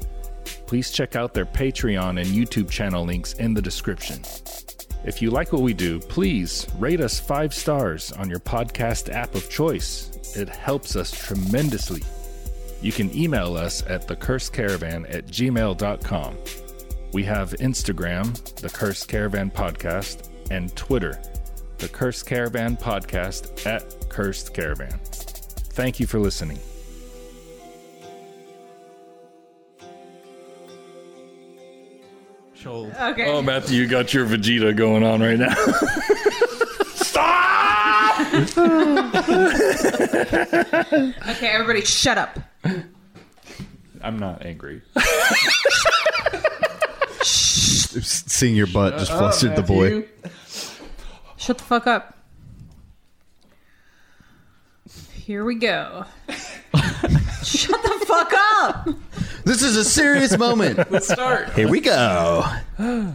Please check out their Patreon and YouTube channel links in the description. If you like what we do, please rate us five stars on your podcast app of choice. It helps us tremendously. You can email us at thecursecaravan at gmail.com. We have Instagram, The Curse Caravan Podcast, and Twitter, The Curse Caravan Podcast at Cursed Caravan. Thank you for listening.
Okay.
Oh, Matthew, you got your Vegeta going on right now. Stop!
Okay, everybody shut up.
I'm not angry.
Seeing your butt just flustered the boy.
Shut the fuck up. Here we go. Shut the fuck up!
This is a serious moment.
Start.
Here we go.